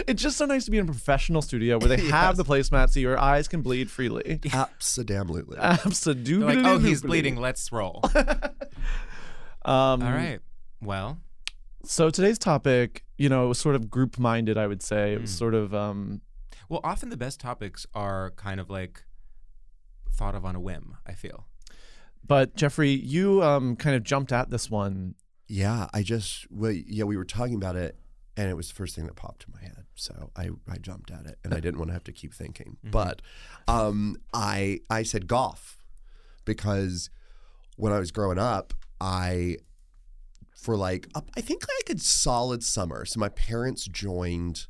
it's just so nice to be in a professional studio where they have the placemat so your eyes can bleed freely.
Absolutely.
They're
Absolutely.
like, oh, he's bleeding. Let's roll.
Um,
All right. Well,
So today's topic, you know, it was sort of group minded. I would say it was
Hmm.
sort of um,
well, often the best topics are kind of like thought of on a whim. I feel.
But Jeffrey, you um, kind of jumped at this one.
Yeah, I just well, yeah, we were talking about it, and it was the first thing that popped in my head. So I, I jumped at it, and I didn't want to have to keep thinking.
Mm-hmm.
But um, I I said golf because when I was growing up, I for like up, I think like a solid summer. So my parents joined,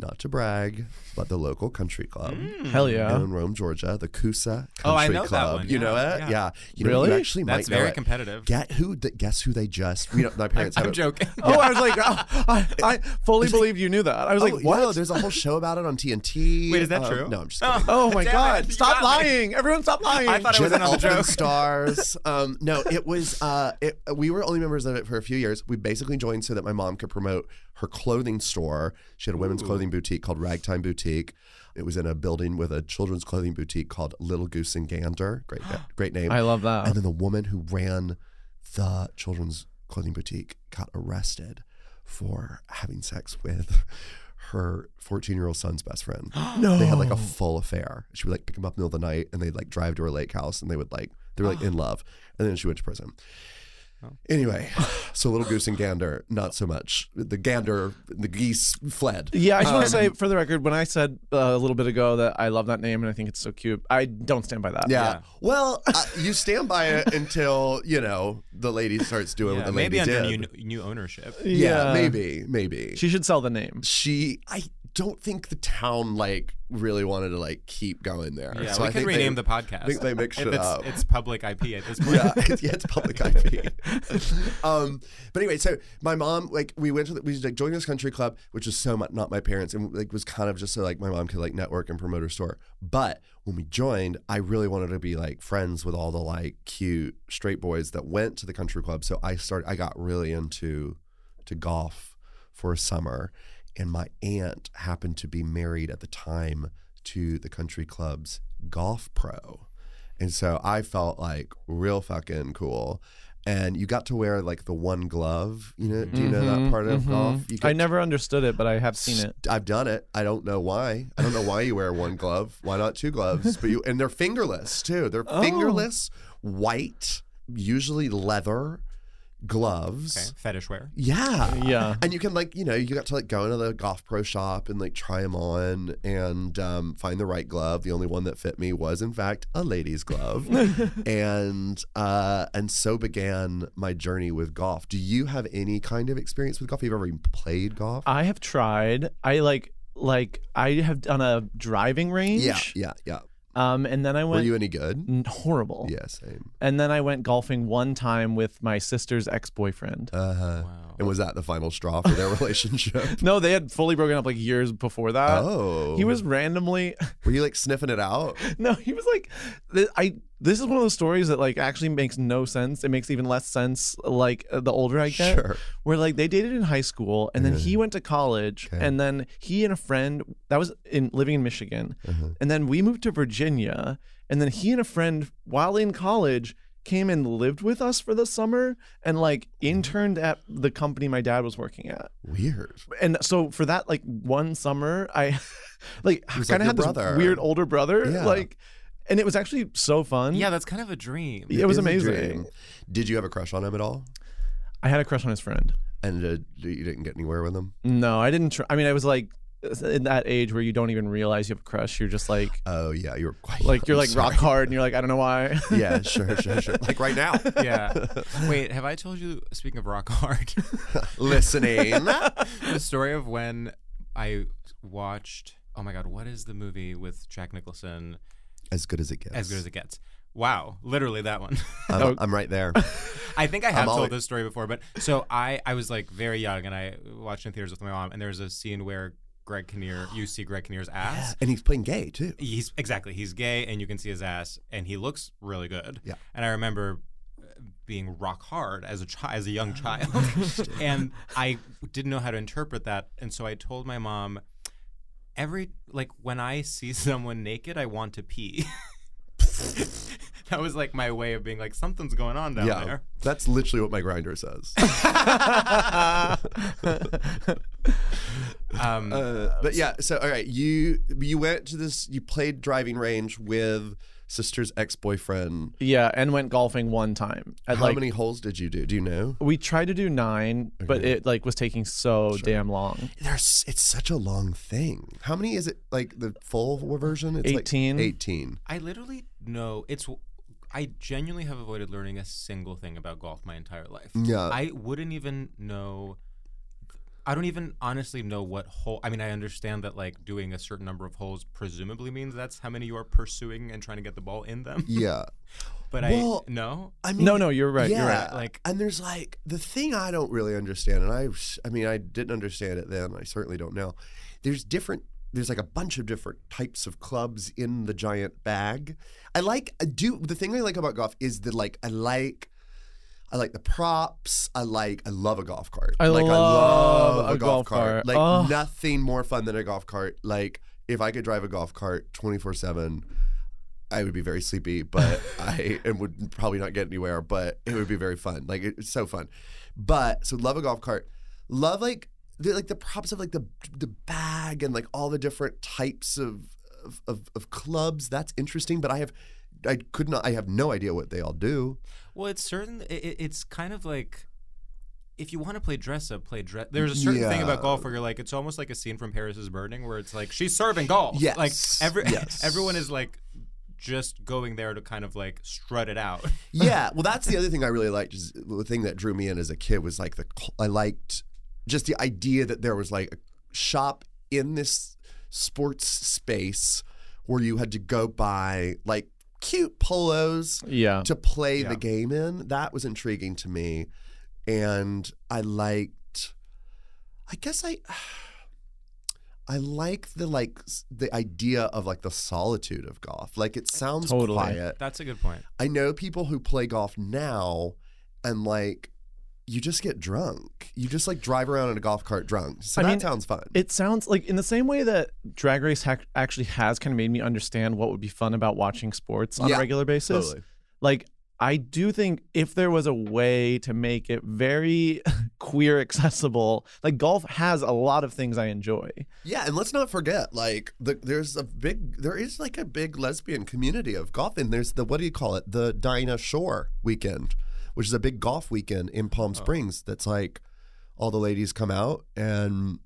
not to brag, but the local country club.
Mm. Hell yeah.
in Rome, Georgia, the Coosa Country
Oh, I know that
Club.
one,
You know
yeah,
it? Yeah.
yeah.
You know, you
Really?
actually
That's
might know
very
it.
competitive.
Get who? Guess who they just? We don't, my parents.
I'm
haven't-
joking.
Oh, I was like, oh, I, I fully believed you knew that. I was like,
Oh,
what?
yeah, there's a whole show about it on TNT.
Wait, is that
Um,
true?
No, I'm just kidding.
oh my
Damn it,
God!
you
Stop
got me.
lying! Everyone, stop lying!
I thought it was
Jenna
another
Elfman
joke.
stars. Um, no, it was. Uh, it, we were only members of it for a few years. We basically joined so that my mom could promote her clothing store. She had a women's
Ooh.
clothing boutique called Ragtime Boutique. It was in a building with a children's clothing boutique called Little Goose and Gander. Great, na- great name.
I love that.
And then the woman who ran the children's clothing boutique got arrested for having sex with her 14 year old son's best friend. They had like a
No.
full affair. She would like pick him up in the middle of the night and they'd like drive to her lake house and they would like, they were like in love. And then she went to prison. Anyway, so little goose and gander, not so much. The gander, the geese fled.
Yeah, I just want to
Um,
say for the record, when I said uh, a little bit ago that I love that name and I think it's so cute, I don't stand by that.
Yeah. Well, uh, you stand by it until, you know, the lady starts doing
Yeah,
what the lady
maybe under
did.
new, new ownership.
Yeah,
Yeah.
maybe, maybe.
She should sell the name.
She, I don't think the town like really wanted to like keep going there.
Yeah,
so
we
I
can
think
rename
they,
the podcast.
I think they mixed
If
it
it's,
up.
It's public IP at this point.
yeah, it's, yeah, it's public IP. um, but anyway, so my mom, like, we went to the, we like joined this country club, which was so much not my parents, and like was kind of just so like my mom could like network and promote her store. But when we joined, I really wanted to be like friends with all the like cute straight boys that went to the country club. So I started, I got really into to golf for a summer, and my aunt happened to be married at the time to the country club's golf pro. And so I felt like real fucking cool. And you got to wear like the one glove. You know, do you know that
Mhm,
part of
mhm.
golf? You
I never understood it, but I have seen it.
I've done it. I don't know why. I don't know why you wear one glove. Why not two gloves? But you and they're fingerless too. They're
Oh.
fingerless, white, usually leather gloves.
Okay, fetish wear.
Yeah.
Yeah.
And you can like, you know, you got to like go into the golf pro shop and like try them on and um, find the right glove. The only one that fit me was in fact a lady's glove. and uh and so began my journey with golf. Do you have any kind of experience with golf? Have you ever even played golf?
I have tried. I like like I have done a driving range.
Yeah, yeah, yeah.
Um, and then I went.
Were you any good?
N- horrible.
Yeah, same.
And then I went golfing one time with my sister's ex boyfriend.
Uh huh. And was that the final straw for their relationship?
No, they had fully broken up like years before that.
Oh.
He was randomly.
Were you like sniffing it out?
No, he was like, th- I. This is one of those stories that like actually makes no sense. It makes even less sense like uh, the older I get.
Sure. Mm.
Where like they dated in high school, and then
Yeah.
he went to college, and then he and a friend that was in living in Michigan,
Mm-hmm.
and then we moved to Virginia, and then he and a friend while in college came and lived with us for the summer and like
Mm-hmm.
interned at the company my dad was working at
Weird.
and so for that like one summer i like
He was
kind
like
of
your
had
brother.
this weird older brother
Yeah.
like and it was actually so fun
Yeah, that's kind of a dream.
it, was
is a
amazing
dream. Did you have a crush on him at all?
i had a crush on his friend
And uh, you didn't get anywhere with him?
no i didn't tr- i mean i was like in that age where you don't even realize you have a crush you're just like
Oh yeah, you were quite
like you're
I'm
like rock
sorry.
hard and you're like i don't know why
Yeah, sure, sure, sure. Like right now.
yeah. Wait, have I told you? Speaking of rock hard,
Listening.
the story of when I watched. Oh my God, what is the movie with Jack Nicholson?
As good as it gets.
As good as it gets. Wow, literally that one.
I'm, I'm right there.
I think I have
I'm e-
told
always-
this story before, but so I I was like very young and I watched in theaters with my mom, and there was a scene where Greg Kinnear, you see Greg Kinnear's ass.
and he's playing gay too.
He's exactly he's gay, and you can see his ass, and he looks really good.
Yeah.
And I remember uh, being rock hard as a chi- as a young
Oh.
child, and I didn't know how to interpret that, and so I told my mom. Every like when I see someone naked, I want to pee. that was like my way of being like something's going on down
yeah.
there.
That's literally what my grinder says.
Um,
Uh, but yeah, so all right, you you went to this you played driving range with sister's ex-boyfriend.
yeah and went golfing one time at
How
like
many holes did you do? Do you know?
we tried to do nine but
Okay.
it like was taking so damn long
There's it's such a long thing. How many is it like the full version? It's
18.
Like 18.
I literally know it's. I genuinely have avoided learning a single thing about golf my entire life.
Yeah.
I wouldn't even know. I don't even honestly know what hole. I mean, I understand that like doing a certain number of holes presumably means that's how many you are pursuing and trying to get the ball in them.
Yeah.
But
Well,
I no.
I mean,
No, no, you're right,
Yeah,
you're right.
Like,
Like-
and there's like the thing I don't really understand, and I, I mean, I didn't understand it then. I certainly don't now. There's different. There's like a bunch of different types of clubs in the giant bag. I like. I do the thing I like about golf is that like I like. I like the props. I like. I love a golf cart.
I
like
love a golf cart.
Like
Oh.
nothing more fun than a golf cart. Like if I could drive a golf cart twenty four seven, I would be very sleepy, but I and would probably not get anywhere. But it would be very fun. Like it- it's so fun. But so love a golf cart. Love like the like the props of like the the bag and like all the different types of of, of, of clubs. That's interesting. But I have I could not. I have no idea what they all do.
Well, it's certain. It, it- it's kind of like if you want to play dress up, play dress. There's a certain thing
Yeah.
about golf where you're like, it's almost like a scene from Paris is Burning, where it's like she's serving golf.
Yes.
like every
Yes.
everyone is like just going there to kind of like strut it out.
yeah well that's the other thing i really liked is the thing that drew me in as a kid was like the cl- i liked just the idea that there was like a shop in this sports space where you had to go buy like cute polos
Yeah.
to play
Yeah.
the game in. That was intriguing to me. And I liked I guess I I like the like s- the idea of like the solitude of golf. Like it sounds quiet.
That's a good point.
I know people who play golf now and like you just get drunk. You just like drive around in a golf cart drunk. So
I
that
mean,
sounds fun.
It sounds like in the same way that Drag Race hac actually has kind of made me understand what would be fun about watching sports on
Yeah,
a regular basis.
totally.
Like I do think if there was a way to make it very queer accessible, like golf has a lot of things I enjoy.
Yeah, and let's not forget, like, the, there's a big, there is like a big lesbian community of golf, and there's the what do you call it, the Dinah Shore weekend, which is a big golf weekend in Palm Springs. That's like all the ladies come out, and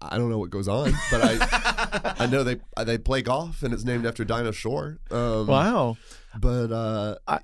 I don't know what goes on, but I, I know they uh, they play golf, and it's named after Dinah Shore. Um,
Wow.
But uh,
I,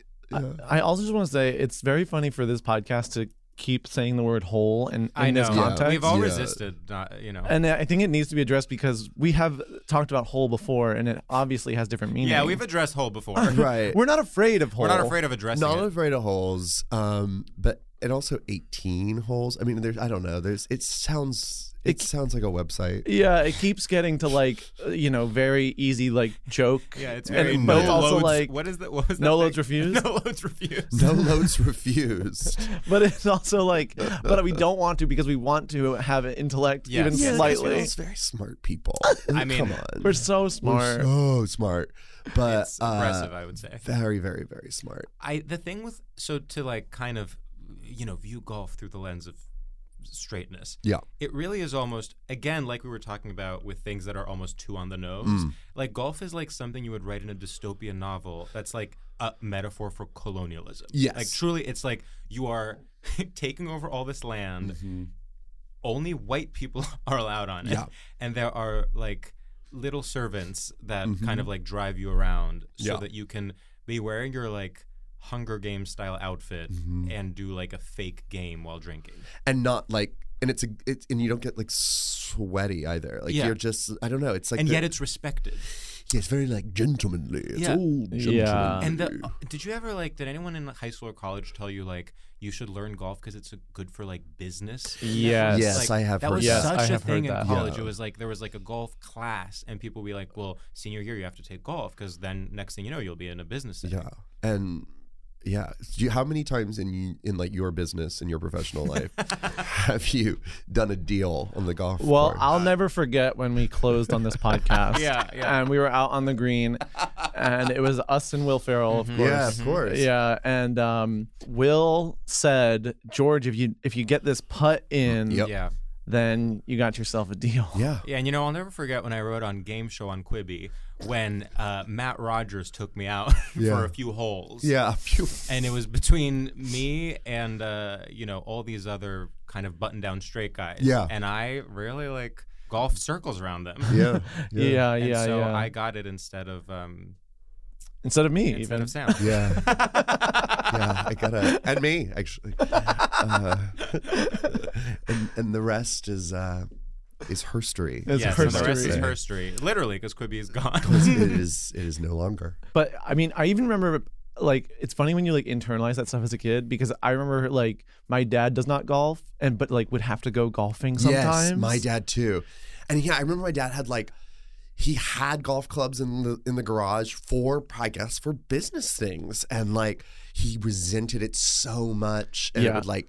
I also just want to say it's very funny for this podcast to keep saying the word whole and in
I know.
this context.
We've all resisted, not, you know.
And I think it needs to be addressed because we have talked about whole before, and it obviously has different meaning.
yeah, we've addressed hole before.
right.
We're not afraid of hole.
We're not afraid of addressing
Not
it.
afraid of holes, um, but and also eighteen holes. I mean, there's I don't know. There's it sounds it, sounds like a website.
Yeah, it keeps getting to like uh, you know very easy like joke.
Yeah, it's
and-
very
but
no
it's also
loads-
like
what is that- what was that
no
thing?
loads refused.
No loads refused.
No loads refused.
but it's also like, but we don't want to because we want to have an intellect
Yes.
even
Yeah, 'cause
slightly.
we're all very smart people.
I mean,
come on,
we're so smart.
We're so smart, but uh,
It's impressive, I would say.
very, very, very smart.
I the thing with so to like kind of you know view golf through the lens of straightness.
Yeah.
It really is almost again like we were talking about with things that are almost too on the nose.
Mm.
Like golf is like something you would write in a dystopian novel that's like a metaphor for colonialism.
Yes.
Like truly it's like you are taking over all this land. Only white people are allowed on it.
Mm-hmm. Yeah.
And there are like little servants that kind
Mhm.
of like drive you around so
Yeah.
that you can be wearing your like Hunger Game style outfit
Mhm.
and do like a fake game while drinking.
and not like and it's a it's and you don't get like sweaty either. Like
Yeah.
you're just I don't know. It's like
and
the-
yet it's respected.
yeah, it's very like gentlemanly. It's
Yeah.
all gentlemanly.
And the, uh, did you ever like did anyone in like, high school or college tell you like you should learn golf because it's a, good for like business?
Yes.
Yes,
Like,
I have
That
heard
was
that.
such
Yes, I
a
have heard
thing in
that.
college.
Yeah.
It was like there was like a golf class and people would be like, "Well, senior year you have to take golf because then next thing you know you'll be in a business." setting."
Yeah, and yeah, Do you, how many times in in like your business in your professional life have you done a deal on the golf?
Well,
course?
I'll never forget when we closed on this podcast.
Yeah,
yeah.
And we were out on the green, and it was us and Will Farrell, of
Mhm.
course.
Yeah, of Mhm. course.
Yeah, and um, Will said, "George, if you if you get this putt in,
Yep. Yeah.
then you got yourself a deal."
Yeah.
Yeah, and you know, I'll never forget when I wrote on Game Show on Quibi when uh, Matt Rogers took me out
Yeah.
for a few holes.
Yeah, a few.
And it was between me and, uh, you know, all these other kind of button down straight guys.
Yeah.
And I really like golf circles around them.
Yeah,
yeah. Yeah,
And
yeah,
so
yeah.
I got it instead of. Um,
Instead of me,
Instead
even.
of Sam.
Yeah. yeah, I gotta, and me actually, uh, and, and the rest is uh, is herstory.
It's
yeah, so the rest is
herstory.
her story. Literally, because Quibi is gone.
it is it is no longer.
But I mean, I even remember like it's funny when you like internalize that stuff as a kid because I remember like my dad does not golf and but like would have to go golfing sometimes.
Yes, my dad too. And yeah, I remember my dad had like he had golf clubs in the in the garage for I guess for business things, and like he resented it so much, and it
Yeah.
would like.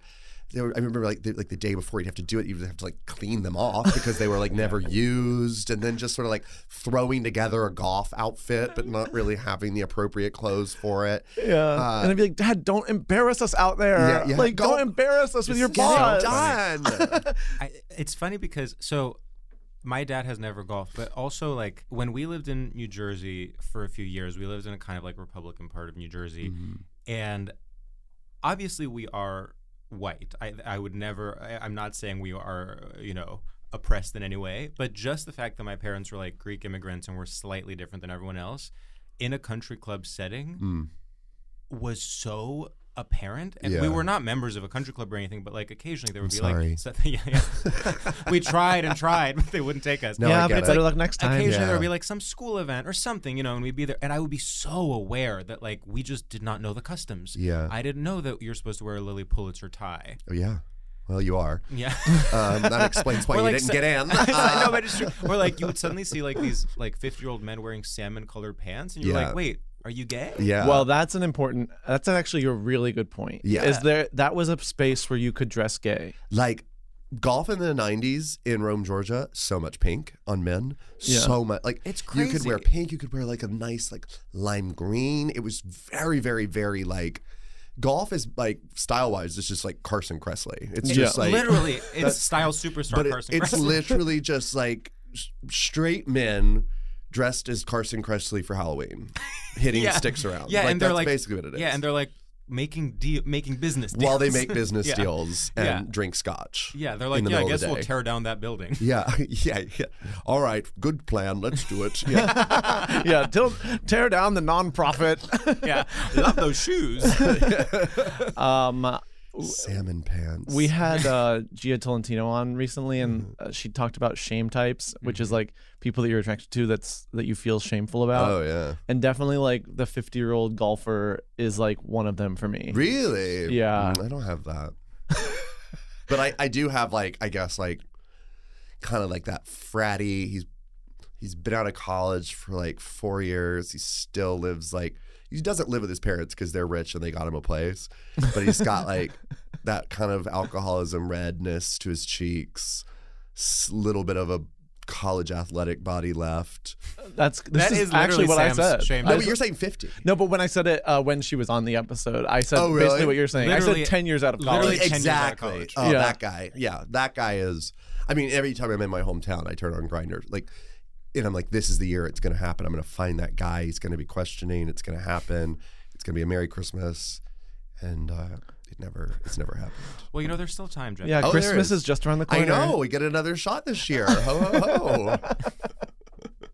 There were, I remember like the, like the day before you'd have to do it, you'd have to like clean them off because they were like never used, and then just sort of like throwing together a golf outfit, but not really having the appropriate clothes for it.
Yeah.
Uh,
and I'd be like, Dad, don't embarrass us out there.
Yeah, yeah.
Like,
Golf-
don't embarrass us with
This
your
is so
boss.
done.
I, it's funny because so my dad has never golfed, but also like when we lived in New Jersey for a few years, we lived in a kind of like Republican part of New Jersey, and obviously we are white. I I would never. I, I'm not saying we are you know oppressed in any way, but just the fact that my parents were like Greek immigrants and were slightly different than everyone else in a country club setting
Mm.
was so a parent, and
Yeah.
we were not members of a country club or anything. But like occasionally there would
I'm
be
sorry.
like, stuff- yeah, yeah. we tried and tried, but they wouldn't take us.
No, I Yeah, but get it's it. better luck next time.
Occasionally there
Yeah.
would be like some school event or something, you know, and we'd be there, and I would be so aware that like we just did not know the customs.
Yeah.
I didn't know that you're supposed to wear a Lily Pulitzer tie.
Oh, yeah. Well, you are.
Yeah,
Um, that explains why
Or,
you
like,
didn't
sa-
get in. Uh,
I know, but it's true. Or like you would suddenly see like these like fifty year old men wearing salmon colored pants, and you're
Yeah.
like, wait, are you gay?
Well, that's an important. That's actually a really good point.
Yeah.
Is there that was a space where you could dress gay?
Like golf in the 90s in Rome, Georgia, so much pink on men.
Yeah.
So much. Like,
It's
You could wear
crazy.
pink. You could wear like a nice, like lime green. It was very, very, very like. Golf is like style wise, it's just like Carson Kressley. It's
It's
just like
literally, it's
that's-
style superstar
But it-
Carson
it's
Kressley.
literally just like s- straight men dressed as Carson Kressley for Halloween, hitting sticks around.
Yeah,
like,
and
that's
they're like
basically what it is.
Yeah, and they're like making deal, making business deals.
while they make business
Yeah.
deals and
yeah.
drink scotch.
Yeah, they're
in
like,
the
yeah, I
middle of
guess
the
we'll
day."
tear down that building.
Yeah, yeah, yeah. All right, good plan. Let's do it. Yeah.
yeah. Till, tear down the nonprofit.
yeah. Love those shoes.
um,
Salmon pants. Mm-hmm.
we had uh, Gia Tolentino on recently, and uh, she talked about shame types, which is like people that you're attracted to that's that you feel shameful about.
Oh, yeah.
and definitely like the 50 year old golfer is like one of them for me.
Really?
Yeah.
Mm, I don't have that. but I, I do have like I guess like kind of like that fratty. He's he's been out of college for like four years. He still lives like he doesn't live with his parents because they're rich and they got him a place. But he's got like that kind of alcoholism redness to his cheeks, s- little bit of a college athletic body left.
That's this is, actually what I said.
No, but you're saying 50.
No, but when I said it uh, when she was on the episode, I said
Oh, really?
basically what you're saying. I
Literally-
said 10 years out of college.
exactly. Oh,
yeah.
that guy. Yeah, that guy is. I mean, every time I'm in my hometown, I turn on Grinder. Like, and I'm like, this is the year it's going to happen. I'm going to find that guy. He's going to be questioning. It's going to happen. It's going to be a Merry Christmas, and uh, it never. It's never happened.
Well, you know, there's still time, Jeff.
Yeah,
Oh, there
Christmas is just around the
I
corner.
know. We get another shot this year. ho ho ho.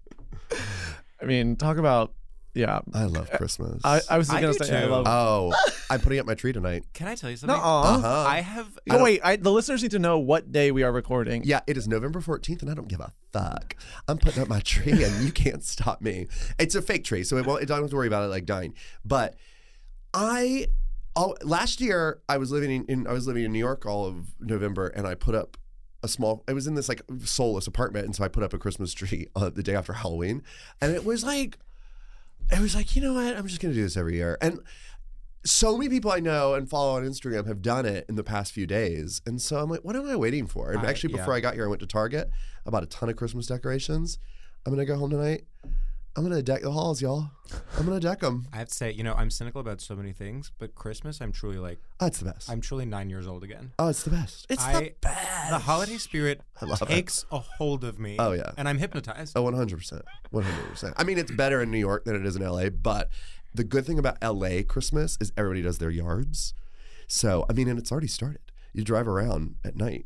I mean, talk about yeah.
I love Christmas.
I, I was just
I
gonna
do
say I
too.
love.
Oh, I'm putting up my tree tonight.
Can I tell you something?
Nuh-uh.
Uh-huh.
I have.
Oh wait, I, the listeners need to know what day we are recording.
Yeah, it is November 14th, and I don't give a fuck. I'm putting up my tree, and you can't stop me. It's a fake tree, so it won't, I don't have to worry about it like dying. But I, all, last year, I was living in, in I was living in New York all of November, and I put up a small. I was in this like soulless apartment, and so I put up a Christmas tree uh, the day after Halloween, and it was like, it was like, you know what? I'm just gonna do this every year, and so many people I know and follow on Instagram have done it in the past few days. And so I'm like, what am I waiting for? And
I-
actually,
yeah.
before I got here, I went to Target. I bought a ton of Christmas decorations. I'm going to go home tonight. I'm going to deck the halls, y'all. I'm going to deck them.
I have to say, you know, I'm cynical about so many things, but Christmas, I'm truly like.
Oh, it's the best.
I'm truly nine years old again.
Oh, it's the best. It's the
best.
Ah.
The holiday spirit
love it.
takes a hold of me.
Oh, yeah.
And I'm hypnotized.
Oh, 100%. 100%. I mean, it's better in New York than it is in LA, but the good thing about LA Christmas is everybody does their yards. So, I mean, and it's already started. You drive around at night.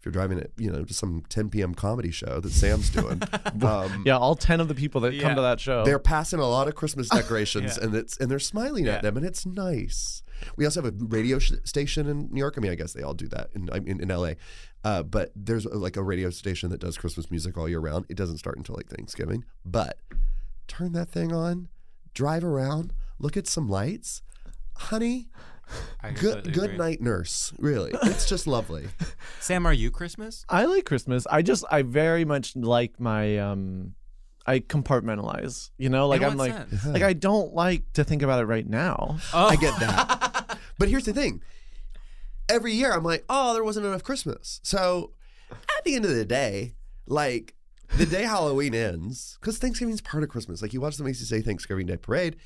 If you're driving at, you know, to some 10 p.m. comedy show that Sam's doing, um,
Yeah, all ten of the people that come
Yeah.
to that show.
They're passing a lot of Christmas decorations,
Yeah.
and it's and they're smiling
Yeah.
at them, and it's nice. We also have a radio sh- station in New York. I mean, I guess they all do that in I mean, in L.A. Uh, but there's uh, like a radio station that does Christmas music all year round. It doesn't start until like Thanksgiving, but turn that thing on, drive around, look at some lights, honey.
I
Good
completely
good
agree.
night, nurse. Really, it's just lovely.
Sam, are you Christmas?
I like Christmas. I just I very much like my um I compartmentalize. You know, like
In
I'm
what
like
sense?
like I don't like to think about it right now.
I get that. but here's the thing. Every year I'm like, oh, there wasn't enough Christmas. So at the end of the day, like the day Halloween ends, because Thanksgiving's part of Christmas. Like you watch the Macy's Day Thanksgiving Day Parade,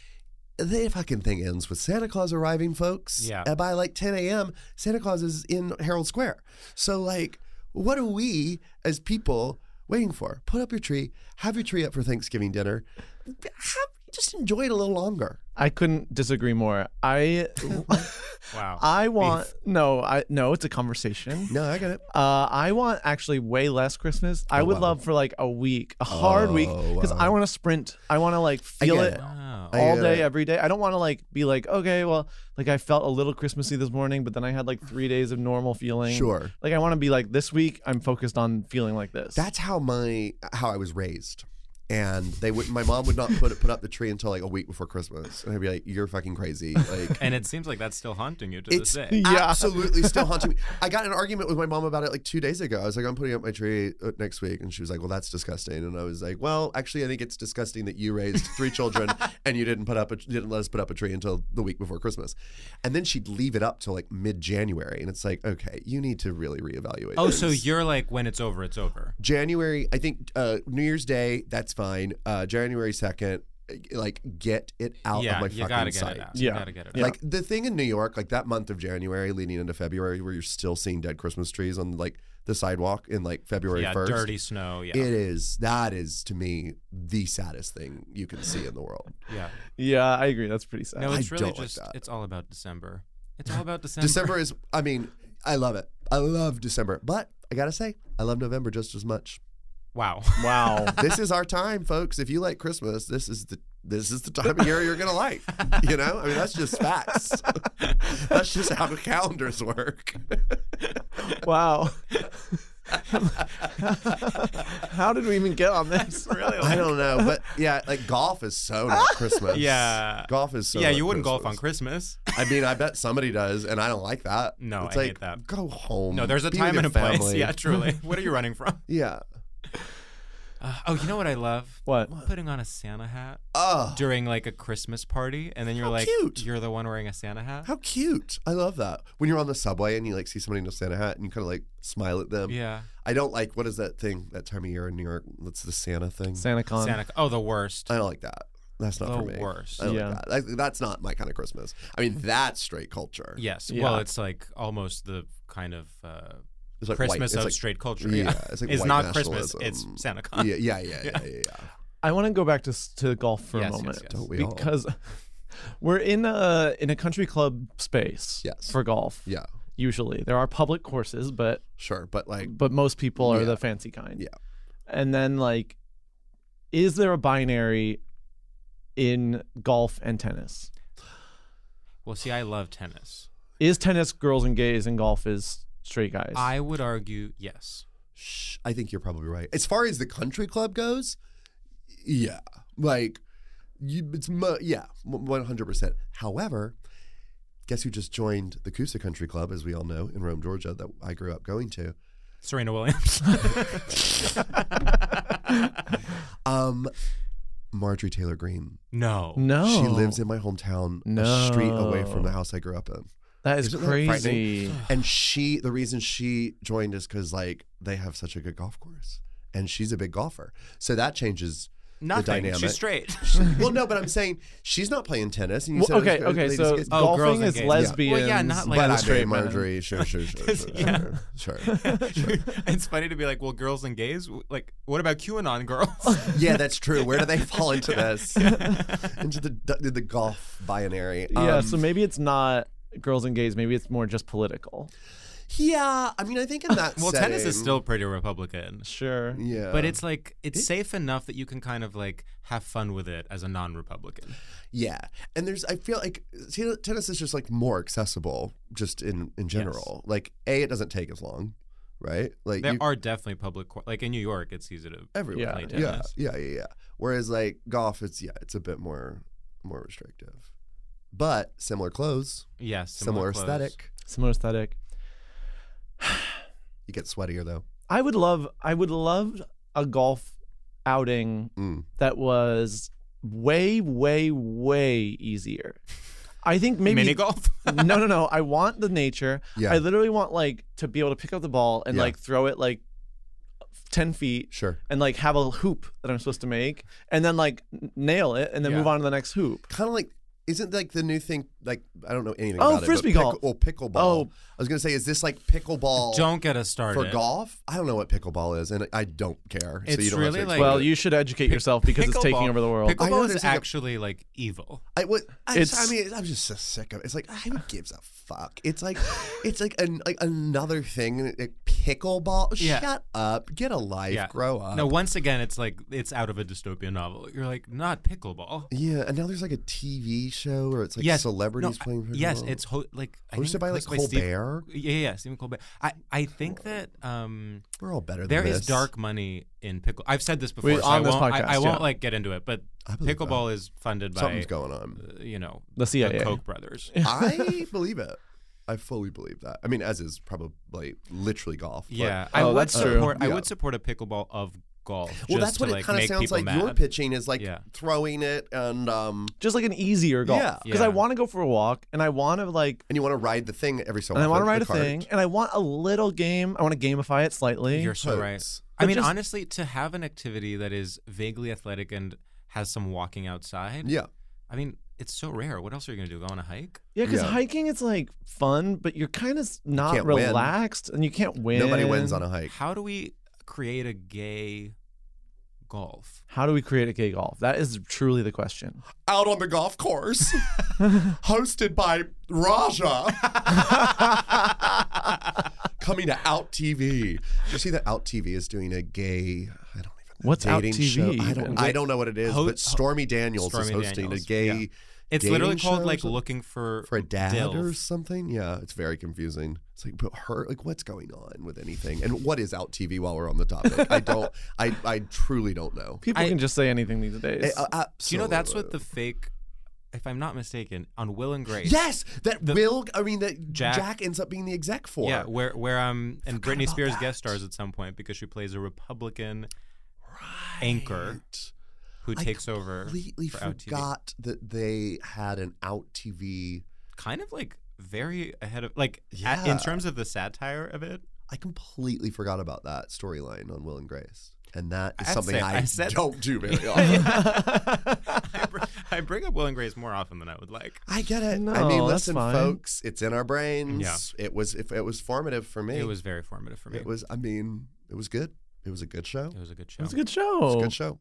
the fucking thing ends with Santa Claus arriving, folks.
Yeah.
And by like 10 a.m., Santa Claus is in Herald Square. So like, what are we as people waiting for? Put up your tree, have your tree up for Thanksgiving dinner, have, just enjoy it a little longer.
I couldn't disagree more. I
wow.
I want no, I no, it's a conversation.
no, I got it.
Uh, I want actually way less Christmas. I would love for like a week, a hard week, because I want to sprint. I want to like feel it.
get it.
all
I, uh,
day, every day. I don't want to like be like, okay, well, like I felt a little Christmassy this morning, but then I had like three days of normal feeling.
Sure.
Like I want to be like this week. I'm focused on feeling like this.
That's how my how I was raised. And they would my mom would not put it, put up the tree until like a week before Christmas. And I'd be like, You're fucking crazy. Like
and it seems like that's still haunting you to
it's
this day.
absolutely still haunting me. I got in an argument with my mom about it like two days ago. I was like, I'm putting up my tree uh, next week, and she was like, Well, that's disgusting. And I was like, Well, actually, I think it's disgusting that you raised three children and you didn't put up a, didn't let us put up a tree until the week before Christmas, and then she'd leave it up till like mid January, and it's like, okay, you need to really reevaluate.
Oh, so
this.
you're like when it's over, it's over.
January, I think uh, New Year's Day, that's fine. Uh, January second, like get it out
Yeah,
of my
you
fucking
gotta get it
sight.
out. You Yeah. gotta get it out.
Like the thing in New York, like that month of January leading into February, where you're still seeing dead Christmas trees on like the sidewalk in like February
Yeah,
first.
dirty snow, yeah.
it is. That is to me the saddest thing you can see in the world.
Yeah.
Yeah, I agree. That's pretty sad.
No, it's
I
really
don't like
just it's all about December. It's all about December.
December is. I mean, I love it. I love December, but I gotta say, I love November just as much.
Wow.
Wow.
this is our time, folks. If you like Christmas, this is the this is the time of year you're gonna like. You know, I mean, that's just facts. that's just how calendars work.
wow. How did we even get on this? really?
I don't know, but yeah, like golf is so not Christmas.
Yeah.
golf is so.
Yeah,
not
you wouldn't golf on
Christmas.
Christmas.
I mean, I bet somebody does, and I don't like that.
No,
it's
I
like,
hate that.
Go home.
No, there's a
Be
time
with
and a
your
place.
family.
Yeah, truly. What are you running from?
Yeah.
Uh, oh, you know what I love?
What?
Putting on a Santa hat
Oh.
during like a Christmas party, and then you're like,
cute.
you're the one wearing a Santa hat.
How cute. I love that. When you're on the subway and you like see somebody in a Santa hat and you kind of like smile at them.
Yeah.
I don't like what is that thing that time of year in New York? That's the Santa thing.
Santa Con.
Santa. Oh, the worst.
I don't like that. That's not
The
for me.
worst.
I don't
Yeah.
like that. Like, that's not my kind of Christmas. I mean, that's straight culture.
Yes.
Yeah.
Well, it's like almost the kind of uh,
It's like white-
Christmas
it's
of
like-
straight culture.
yeah,
Yeah.
it's like white
not Christmas. It's
nationalism.
Santa Con.
Yeah, yeah, yeah, yeah, yeah. yeah.
I want to go back to s- to golf for
Yes,
a
yes,
moment
yes. Don't
we all?
because we're in a in a country club space
Yes.
for golf.
Yeah.
Usually there are public courses, but
Sure, but like,
but most people are
Yeah.
the fancy kind.
Yeah.
And then like is there a binary in golf and tennis?
Well, see, I love tennis.
Is tennis girls and gays and golf is straight guys?
I would argue yes.
shh, I think you're probably right. As far as the country club goes, yeah, like, you, it's mu- yeah, one hundred percent. However, guess who just joined the Coosa Country Club, as we all know, in Rome, Georgia, that I grew up going to.
Serena Williams.
Um, Marjorie Taylor Greene.
no.
no.
She lives in my hometown, a street away from the
No.
house I grew up in.
That is
Isn't that frightening?
crazy.
And she, the reason she joined is because like they have such a good golf course, and she's a big golfer, so that changes the
Nothing.
dynamic.
She's straight.
well, no, but I'm saying she's not playing tennis. And you
Well,
said it was
okay,
good-
okay,
ladies
so
get-
Oh, girls
golfing
and
is
gays.
lesbians.
Well, yeah, not like
but
the
I
straight
mean,
men.
Marjorie, sure, sure, sure, sure,
Yeah.
sure.
it's funny to be like, well, girls and gays. w- Like, what about QAnon girls?
Yeah, that's true. Where do they fall into this? into the the, the golf binary?
yeah,
Um,
so maybe it's not girls and gays, maybe it's more just political.
yeah. I mean, I think in that
well, tennis is
setting-
still pretty Republican.
Sure.
yeah,
But it's like it's safe enough that you can kind of like have fun with it as a non-Republican.
Yeah, and there's I feel like ten- tennis is just like more accessible just in in general. Like a, it doesn't take as long, right? Like
There
you-
are definitely public cour- like in New York, it's easy to
everywhere.
play
Yeah, yeah,
tennis.
yeah, yeah, yeah. Whereas like golf, it's yeah, it's a bit more more restrictive, but similar clothes,
Yes,
similar,
clothes.
aesthetic.
Similar aesthetic.
You get sweatier though.
I would love I would love a golf outing
Mm.
that was way, way, way easier. I think maybe
Mini golf.
no, no, no. I want the nature.
Yeah.
I literally want like to be able to pick up the ball and
Yeah.
like throw it like ten feet
Sure.
and like have a hoop that I'm supposed to make and then like n- nail it and then
Yeah.
move on to the next hoop.
Kind of like. Isn't like the new thing like I don't know anything
Oh,
about
frisbee
it. but
golf.
Pickle, oh, pickleball.
Oh.
I was gonna say, is this like pickleball
Don't get us started.
for golf? I don't know what pickleball is, and I don't care. so
It's
you don't
really,
have to
like-
explain
Well,
it.
you should educate yourself because it's taking
Pickleball-
over the world.
I know
Pickleball
there's
is
like a-
actually like evil.
I what I, just- I
It's-
mean, I'm just so sick of it. It's like who gives a fuck? It's like it's like an like another thing that it pickleball.
Yeah.
Shut up. Get a life.
Yeah.
Grow up.
No, once again, it's like it's out of a dystopian novel. You're like, not pickleball.
Yeah, and now there's like a TV show where it's like
Yes.
celebrities
No,
playing.
I- yes,
pickleball.
it's ho- like I
hosted
think
by like
hosted by Steve-
Colbert.
yeah, yeah, yeah, Stephen Colbert. I, I think that um,
We're all better than
There is
this.
dark money in pickle. I've said this before,
We-
so
on
I
this
won't. I- I,
podcast,
won't
yeah.
like get into it. But
believe
pickleball is funded by
Something's going on.
uh, you know,
The CIA.
Koch brothers.
I believe it. I fully believe that. I mean, as is probably literally golf. but-
yeah,
Oh,
I would support. I
Yeah.
would support a pickleball of golf.
Well,
just
that's what
to,
it
like,
kind of
make
sounds
people
like.
Mad.
Your pitching is like
Yeah.
throwing it and um,
just like an easier golf.
Yeah.
Because I
Yeah.
want to go for a walk and I want to like.
And you want to ride the thing every so
And I
often,
want to
the
ride a
cart.
thing and I want a little game. I want to gamify it slightly.
You're so right.
Totes.
I
But
mean,
just-
honestly, to have an activity that is vaguely athletic and has some walking outside.
Yeah.
I mean, it's so rare. What else are you gonna do? Go on a hike?
Yeah, because
hiking.
hiking it's like fun, but you're kind of not
can't win.
relaxed and you can't win.
How do we create a gay golf?
How do we create a gay golf? That is truly the question.
out on the golf course, hosted by Raja. Coming to Out TV. Did you see that Out TV is doing a gay? I don't even. know,
What's Out
dating
TV
Show. I don't.
even?
I don't know what it is.
Ho-
but Stormy Daniels is
Stormy
hosting
Daniels,
a gay.
yeah. It's
dating
literally
show
called
or
like
something?
looking for
for a dad or
Dilf.
something. Yeah, it's very confusing. It's like, but her, like, what's going on with anything? And what is Out TV? While we're on the topic, I don't. I I truly don't know.
People can just say anything these days.
Uh, uh,
Do you know that's what the fake, if I'm not mistaken, on Will and Grace.
Yes, that
The-
Will. I mean, that
Jack-
Jack, ends up being the exec for.
Yeah, where where um and Britney Spears guest stars at some point because she plays a Republican anchor who
I
takes over.
completely
for Out TV.
forgot that they had an out TV.
Kind of like very ahead of like at-
Yeah.
in terms of the satire of it.
I completely forgot about that storyline on Will and Grace, and that is
I'd
something
say-
I,
I said-
don't do very
Yeah.
often.
I, br- I bring up Will and Grace more often than I would like.
I get it.
No,
I mean,
that's
listen,
fine.
folks, it's in our brains.
Yeah.
It was if it was formative for me.
It was very formative for me.
It was. I mean, it was good. It was a good show.
It was a good show.
It's a good
It
Oh.
was
show.
a good show.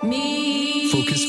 Focus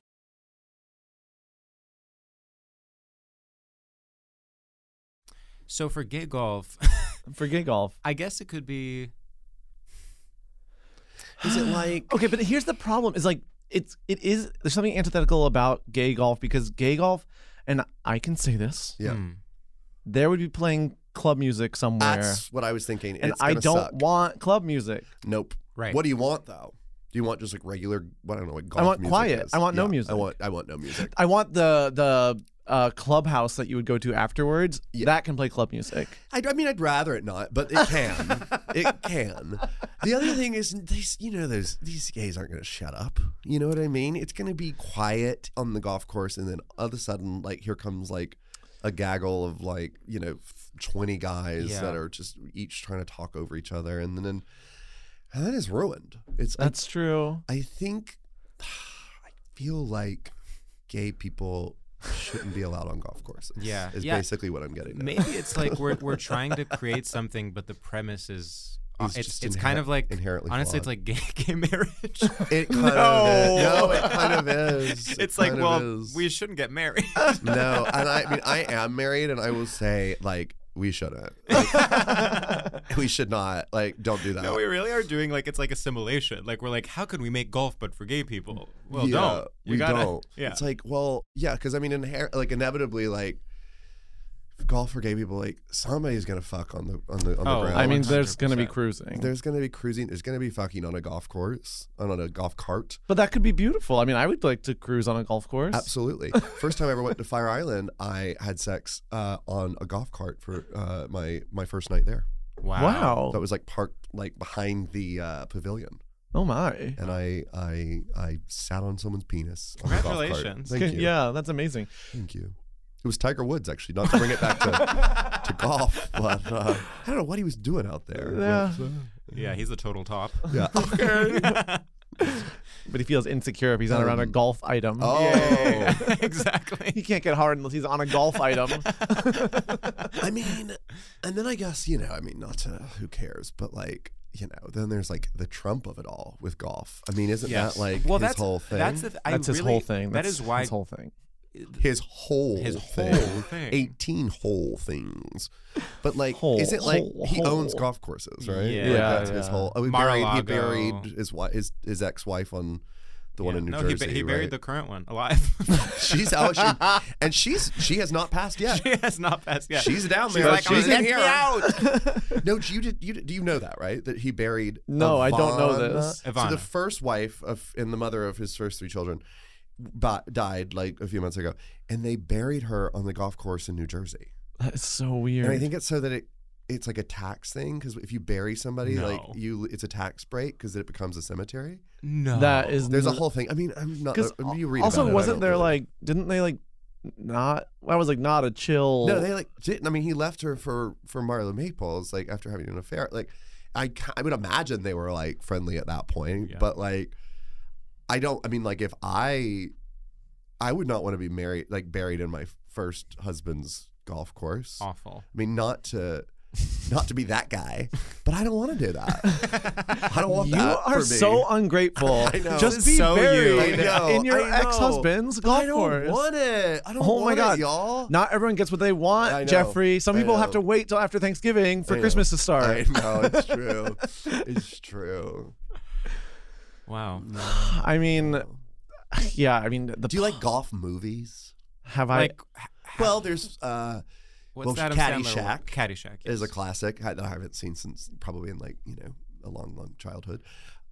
So for gay golf,
for gay golf,
I guess it could be.
Is it like
okay? But here's the problem: is like it's it is there's something antithetical about gay golf because gay golf, and I can say this,
Yeah.
Mm.
there would be playing club music somewhere.
That's what I was thinking.
And
It's
I
gonna
don't
suck.
want club music.
Nope.
Right.
What do you want though? Do you want just like regular? What I don't know. What golf
I want
music
quiet.
is?
I want no
Yeah,
music.
I want. I want no music.
I want the the uh, clubhouse that you would go to afterwards. That can play club music.
I, I mean, I'd rather it not, but it can. it can. The other thing is, these, you know, those these gays aren't going to shut up. You know what I mean? It's going to be quiet on the golf course, and then all of a sudden, like here comes like a gaggle of like you know twenty guys
Yeah.
that are just each trying to talk over each other, and then and, that is ruined. It's I-
That's true.
I think I feel like gay people shouldn't be allowed on golf courses.
Yeah.
is
Yeah.
basically what I'm getting. at.
Maybe it's like we're we're trying to create something, but the premise is. uh,
It's
it's
just
it's
inher-
kind of like
inherently
honestly it's
flawed.
like gay, gay marriage.
It kind
no.
of is. No, it kind of is. It
It's like
kind of
well
is.
we shouldn't get married.
no, and I, I mean I am married, and I will say like we shouldn't. Like, we should not. Like don't do that.
No, we really are doing like it's like assimilation. Like we're like, how can we make golf but for gay people? Well,
Yeah,
don't. You
we
gotta-
don't.
Yeah.
It's like well, yeah, because I mean, inher- like inevitably, like golf for gay people, like somebody's gonna fuck on the on the on
Oh,
the ground.
I mean, there's gonna be 100%. cruising.
There's gonna be cruising. There's gonna be fucking on a golf course, on a golf cart.
But that could be beautiful. I mean, I would like to cruise on a golf course.
Absolutely. First time I ever went to Fire Island, I had sex uh, on a golf cart for uh, my my first night there.
Wow.
Wow.
That was like parked like behind the uh, pavilion.
Oh my.
And I I I sat on someone's penis. On A golf cart.
Congratulations.
Thank you.
Yeah, that's amazing.
Thank you. It was Tiger Woods actually. Not to bring it back to to golf, but uh, I don't know what he was doing out there.
Yeah.
But, uh,
Yeah, he's a total top.
Yeah.
But he feels insecure if he's not around a
Um,
golf item.
oh. Yeah,
exactly.
He can't get hard unless he's on a golf item.
I mean, and then I guess you know, I mean, not to who cares, but like you know, then there's like the Trump of it all with golf. I mean, isn't
Yes.
that like
Well,
his
that's-
whole thing?
that's the th- I
That's his
really-
whole thing.
that
That's
is why-
his whole thing.
his whole
His
thing.
whole thing.
eighteen whole things. But like,
Whole,
is it like
whole,
he owns
whole.
golf courses, right?
Yeah.
like that's
Yeah,
his
yeah.
whole. Oh, he buried, he
Mar-a-Lago.
buried his wife, his his ex wife on the one in New
no, he,
Jersey.
ba- he buried
right?
the current one alive.
She's out. She, and she's she has not passed yet.
she has not passed yet.
She's down there.
She's like,
She's
"Oh, let
in
me
here."
out.
no, you did. You did, do you know that right? That he buried.
No, I don't know
Ivana.
this.
So the
Ivana.
first wife of and the mother of his first three children, ba- died like a few months ago, and they buried her on the golf course in New Jersey.
That is so
And I
weird.
think it's so that it. It's like a tax thing because if you bury somebody, like
No.
you, it's a tax break because it becomes a cemetery.
No.
that is
There's a
n-
whole thing. I mean, I'm not.
Because
I mean, you read
also,
about it, I
wasn't
don't
there
really-
like, didn't they like not? I was like, not a chill.
No, they like didn't. I mean, he left her for for Marla Maples, like after having an affair. Like, I ca- I would imagine they were like friendly at that point,
Yeah.
but like, I don't. I mean, like if I, I would not want to be married, like buried in my first husband's golf course.
Awful.
I mean, not to. Not to be that guy, but I don't want to do that. I don't want
you
that.
are
for me.
so ungrateful.
I know.
Just
This
be
is
so
buried
you. I know,
in your
I know.
ex-husband's
But
golf
I don't
course.
want it. I don't
oh my
want it,
god,
y'all.
Not everyone gets what they
I
want,
know.
Jeffrey. Some
I
people have to
know.
wait till after Thanksgiving for
I know.
Christmas to start.
I know it's true. it's true.
Wow.
I mean, yeah. I mean, the
Do you like golf movies?
have
Like,
Well, there's uh,
what's
well,
that?
Caddyshack
Caddyshack. Yes.
is a classic I- that I haven't seen since probably in like you know a long, long childhood.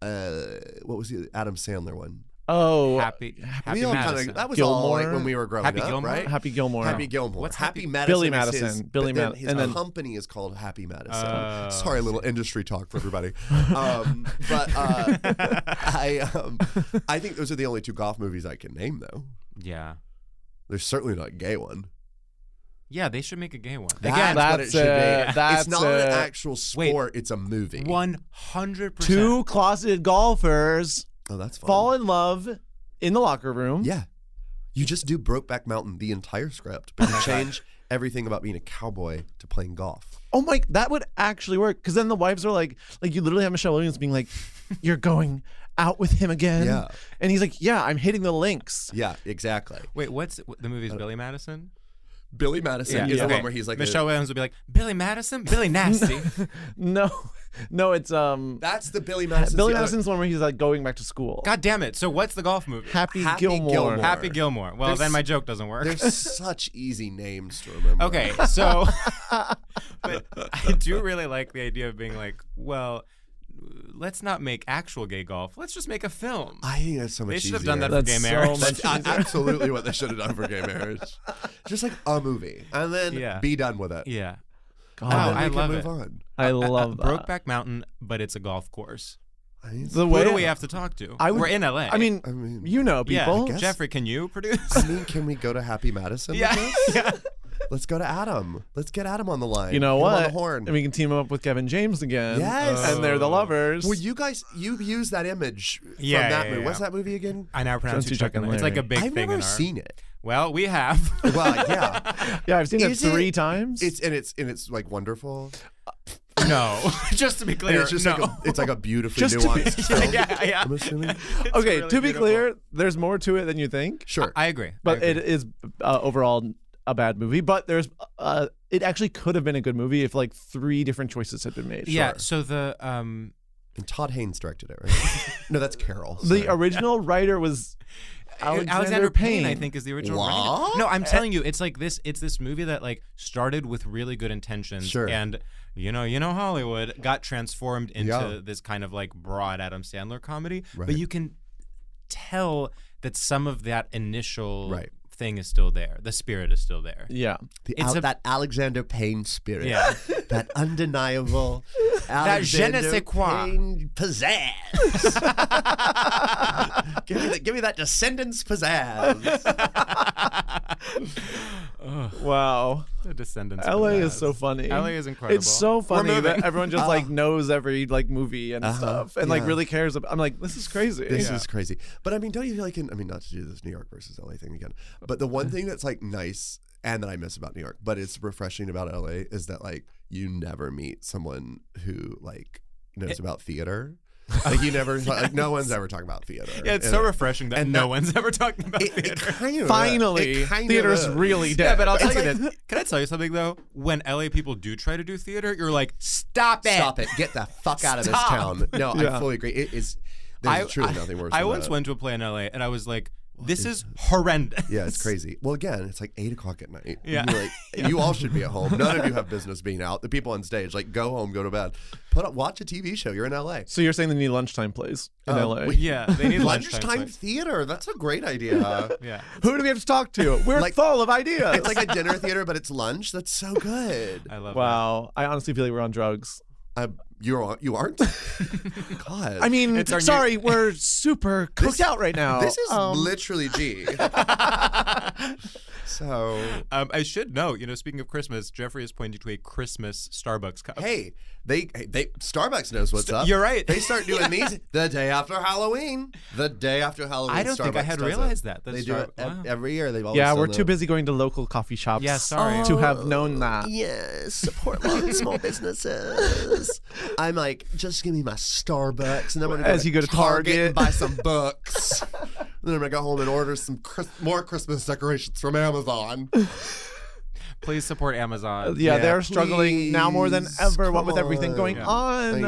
Uh, what was the Adam Sandler one?
I oh
Happy. Happy
we all
Madison.
kinda, that was all
Gilmore.
like when we were growing
Happy
up,
Gilmore?
right?
Happy Gilmore.
Happy Gilmore.
What's
Happy,
Happy-
Madison?
Billy
is
Madison.
his- but
Billy
then
Ma-
His
and then-
company is called Happy Madison.
Oh.
Sorry, a little industry talk for everybody. um, but uh, I, um, I think those are the only two golf movies I can name though.
yeah.
There's certainly not a gay one.
Yeah, they should make a gay one.
That's
Again,
what it
that's
should
it.
be.
That's
it's not
it.
Uh,
an actual
Wait.
sport. it's a movie.
one hundred
two
percent.
closeted golfers
Oh, that's fun.
fall in love in the locker room.
Yeah. You just do Brokeback Mountain, the entire script, but you change everything about being a cowboy to playing golf.
Oh my, that would actually work. Because then the wives are like, like you literally have Michelle Williams being like, "You're going out with him again,"
Yeah.
and he's like, "Yeah, I'm hitting the links."
Yeah, exactly.
Wait, what's the movie's Billy Madison?
Billy Madison is the one where Uh, he's like, a-
Michelle Williams would be like Billy Madison, Billy Nasty.
No, no, it's um.
That's the Billy Madison.
Billy Madison's one where he's like going back to school.
God damn it! So what's the golf movie?
Happy, Gilmore.
Happy Gilmore. Well,
There's-
then my joke doesn't work.
There's such easy names to remember.
Okay, so but I do really like the idea of being like, well, let's not make actual gay golf. Let's just make a film.
I think that's so much
They should have done
easier.
that for gay marriage.
That's absolutely what they should have done for gay marriage. Just like a movie, and then
Yeah.
be done with it.
Yeah.
God,
Oh, I
we can
love
move
it. Uh,
on.
I love that.
Brokeback Mountain, but it's a golf course.
The
Who
way
do we have to talk to?
I would-
We're in LA.
I mean, you know
Yeah,
people.
I guess- Jeffrey, can you produce?
I mean, can we go to Happy Madison? with
Yeah,
this? Let's go to Adam. Let's get Adam on the line.
you know
Get him
what?
On the horn.
And we can team him up with Kevin James again.
Yes.
And they're the lovers.
Well, you guys, you use that image
Yeah,
from that
yeah,
movie.
yeah.
What's that movie again?
I now pronounce
Jonesy,
you
Chuck,
Chuck and
and
Larry. It's like a
Larry.
big
I've
thing.
never
in our-
seen it.
Well, we have.
Well, yeah,
yeah, I've seen
Is
it three
it-
times.
It's and it's and it's like wonderful.
no, just to be
And
clear,
it's just
no.
like a, it's like a beautifully
Just to be-
nuanced film.
yeah, yeah.
I'm assuming.
It's
okay,
really
to be
beautiful.
clear, there's more to it than you think.
Sure.
I agree.
but
I
it
agree.
is uh, overall a bad movie. But there's, uh, it actually could have been a good movie if like three different choices had been made.
yeah.
sure.
So the um,
And Todd Haynes directed it, right? no, that's Carol. sorry.
The original writer was Alexander, Payne,
I think, is the original.
What?
writer. No, I'm telling you, it's like this. It's this movie that like started with really good intentions,
Sure.
and you know, you know, Hollywood got transformed into
Yeah.
this kind of like broad Adam Sandler comedy.
Right.
But you can tell that some of that initial
Right.
thing is still there. The spirit is still there.
Yeah,
The
It's
Al-
a-
that Alexander Payne spirit.
Yeah.
that undeniable
That je ne sais
Alexander
quoi.
Payne pizzazz. give, me the, give me that descendants pizzazz.
wow.
The Descendants.
LA is
pizzazz.
so funny.
LA is incredible.
It's so funny that
moving.
everyone just like knows every like movie and
Uh-huh,
stuff, and like
yeah.
really cares. About, I'm like, this is crazy.
This is crazy. But I mean, don't you feel like in, I mean, not to do this New York versus LA thing again, but the one thing that's like nice and that I miss about New York, but it's refreshing about LA is that like you never meet someone who like
Eh.
knows about theater. Like you never like no one's ever talking about theater.
Yeah, it's
And
so
it-
refreshing that
and
no
that-
one's ever talking about
It, it
theater.
kind of
Finally,
it kind of
theater's
is.
really dead.
Yeah, but I'll tell you
like-
this. Can I tell you something though? When LA people do try to do theater, you're like, stop it.
Stop it! Get the fuck out of this
Stop.
town. No,
Yeah.
I fully agree. It is there's truly nothing worse.
I
than
once
that.
went to a play in LA and I was like, this is horrendous.
Yeah, it's crazy. Well, again, it's like eight o'clock at night.
Yeah.
You're like, you all should be at home. None of you have business being out. The people on stage, like, go home, go to bed. Put up, watch a TV show. You're in LA.
So you're saying they need lunchtime plays in
Um,
LA?
we-
Yeah, they need lunchtime.
Lunchtime
plays.
theater. That's a great idea.
Yeah.
Who do we have to talk to? We're
Like-
full of ideas.
It's like a dinner theater, but it's lunch. That's so good.
I love
wow. I honestly feel like we're on drugs.
Uh, you're on- you aren't. God.
I mean,
It's our new-
sorry, we're super cooked out right now.
this is
Um,
literally G. so
that. Um, I should know, you know, speaking of Christmas, Jeffrey is pointing to a Christmas Starbucks cup.
hey, they hey, they Starbucks knows what's up.
you're right.
They start doing these the day after Halloween. The day after Halloween.
I don't think I
Starbucks
had
does it.
realized that. That's
they do it
Star-
ev-
wow.
every year. They've always
yeah,
done
we're too
that.
busy going to local coffee shops.
Yeah, sorry.
To have known that.
Yes, support local small businesses. I'm like, just give me my Starbucks, and then I'm gonna go
As
to
you go to Target.
and buy some books. and then I'm gonna go home and order some Chris- more Christmas decorations from Amazon.
Please support Amazon.
Uh, Yeah, they're struggling now more than
please,
ever. What with
come
everything going
Yeah.
on.
I
Uh,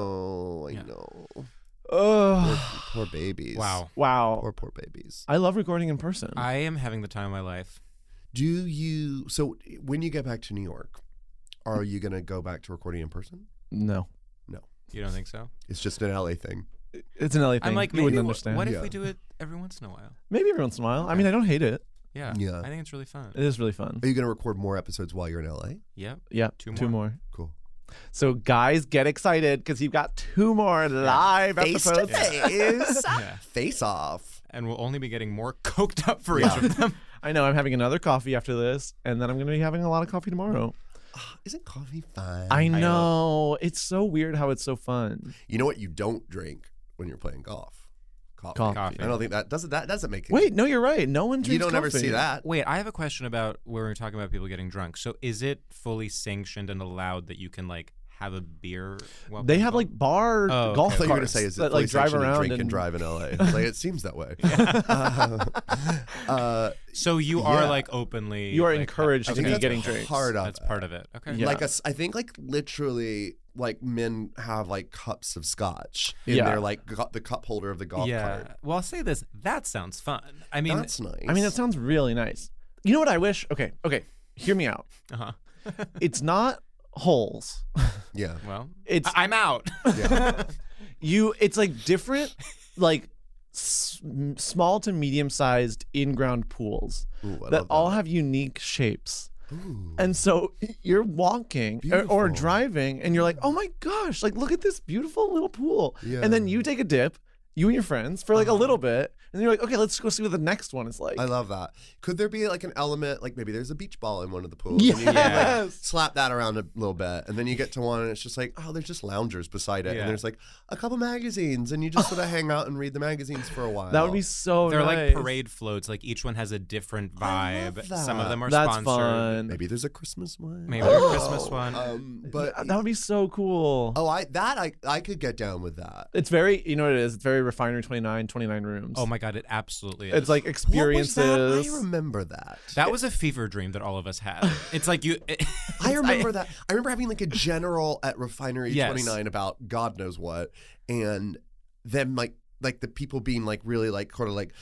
know, I
yeah.
know. Poor,
ugh.
poor babies.
Wow.
wow.
Poor, poor babies.
I love recording in person.
I am having the time of my life.
Do you? So when you get back to New York, are you gonna go back to recording in person?
no,
You don't think so?
It's just an LA thing.
it's an LA thing.
I'm like,
you
maybe
wouldn't
wh-
understand.
what if
Yeah.
we do it every once in a while?
Maybe every once in a while. I mean, I don't hate it.
Yeah.
Yeah.
I think it's really fun.
It is really fun.
Are you gonna record more episodes while you're in LA?
Yep.
Yeah,
Two
Two
more.
more.
Cool.
So guys, get excited because you've got two more live
Face to
episodes.
face.
Yeah.
Face off.
And we'll only be getting more coked up for
Yeah.
each of them.
I know I'm having another coffee after this, and then I'm going to be having a lot of coffee tomorrow.
Isn't coffee fun?
I know it's so weird how it's so fun.
You know what? You don't drink when you're playing golf. Coffee.
Coffee.
I don't think that doesn't that doesn't make
Wait, no, you're right. No one drinks
You don't ever
coffee.
see that.
Wait, I have a question about where we were talking about people getting drunk. So is it fully sanctioned and allowed that you can like have a beer? while
They
playing
have
golf?
like bar
Oh,
golf
I thought
carts
you were gonna say is it
that like
police
drive
actually
around
drink and,
and
drive in LA? like it seems that way. Uh, uh,
So you are
yeah.
like openly.
You are
like,
encouraged
I
to
think
be
that's
getting drinks.
Part of
That's part of it. Okay.
Like a s- I think like literally like men have like cups of scotch in
Yeah.
their like gu- the cup holder of the golf
yeah.
cart.
Well, I'll say this. That sounds fun. I mean,
That's nice.
I mean, that sounds really nice. You know what I wish? Okay, okay, hear me out.
Uh-huh.
it's not holes.
yeah.
Well,
It's
I- am out.
you. It's like different, like s- m- small to medium sized in ground pools
I
that
love
all have unique shapes.
Ooh.
And so you're walking or, or
Beautiful.
driving, and you're like, "Oh my gosh! Like, look at this beautiful little pool."
Yeah. Uh-huh.
And then you take a dip, you and your friends, for like a little bit, and then you're like, "Okay, let's go see what the next one is like."
I love that. Could there be like an element, like maybe there's a beach ball in one of the pools? And you can, like,
Yes.
slap that around a little bit, and then you get to one, and it's just like, oh, there's just loungers beside it,
Yeah.
and there's like a couple magazines, and you just sort of hang out and read the magazines for a while.
That would be so.
They're
Oh,
nice.
like parade floats. Like each one has a different vibe. Some of
that.
them are
That's
sponsored.
fun.
Maybe there's a Christmas one.
Maybe there's a Christmas one.
Um, but
That would be so cool.
oh, I that I I could get down with that.
It's very, you know what it is? It's very Refinery 29, 29 rooms.
Oh my god! It absolutely is.
It's like experiences.
What was that? I remember that.
that was a fever dream that all of us had. It's like you.
I remember that. I remember having like a general at Refinery
Yes.
29 about God knows what, and them like like the people being like really like sort of like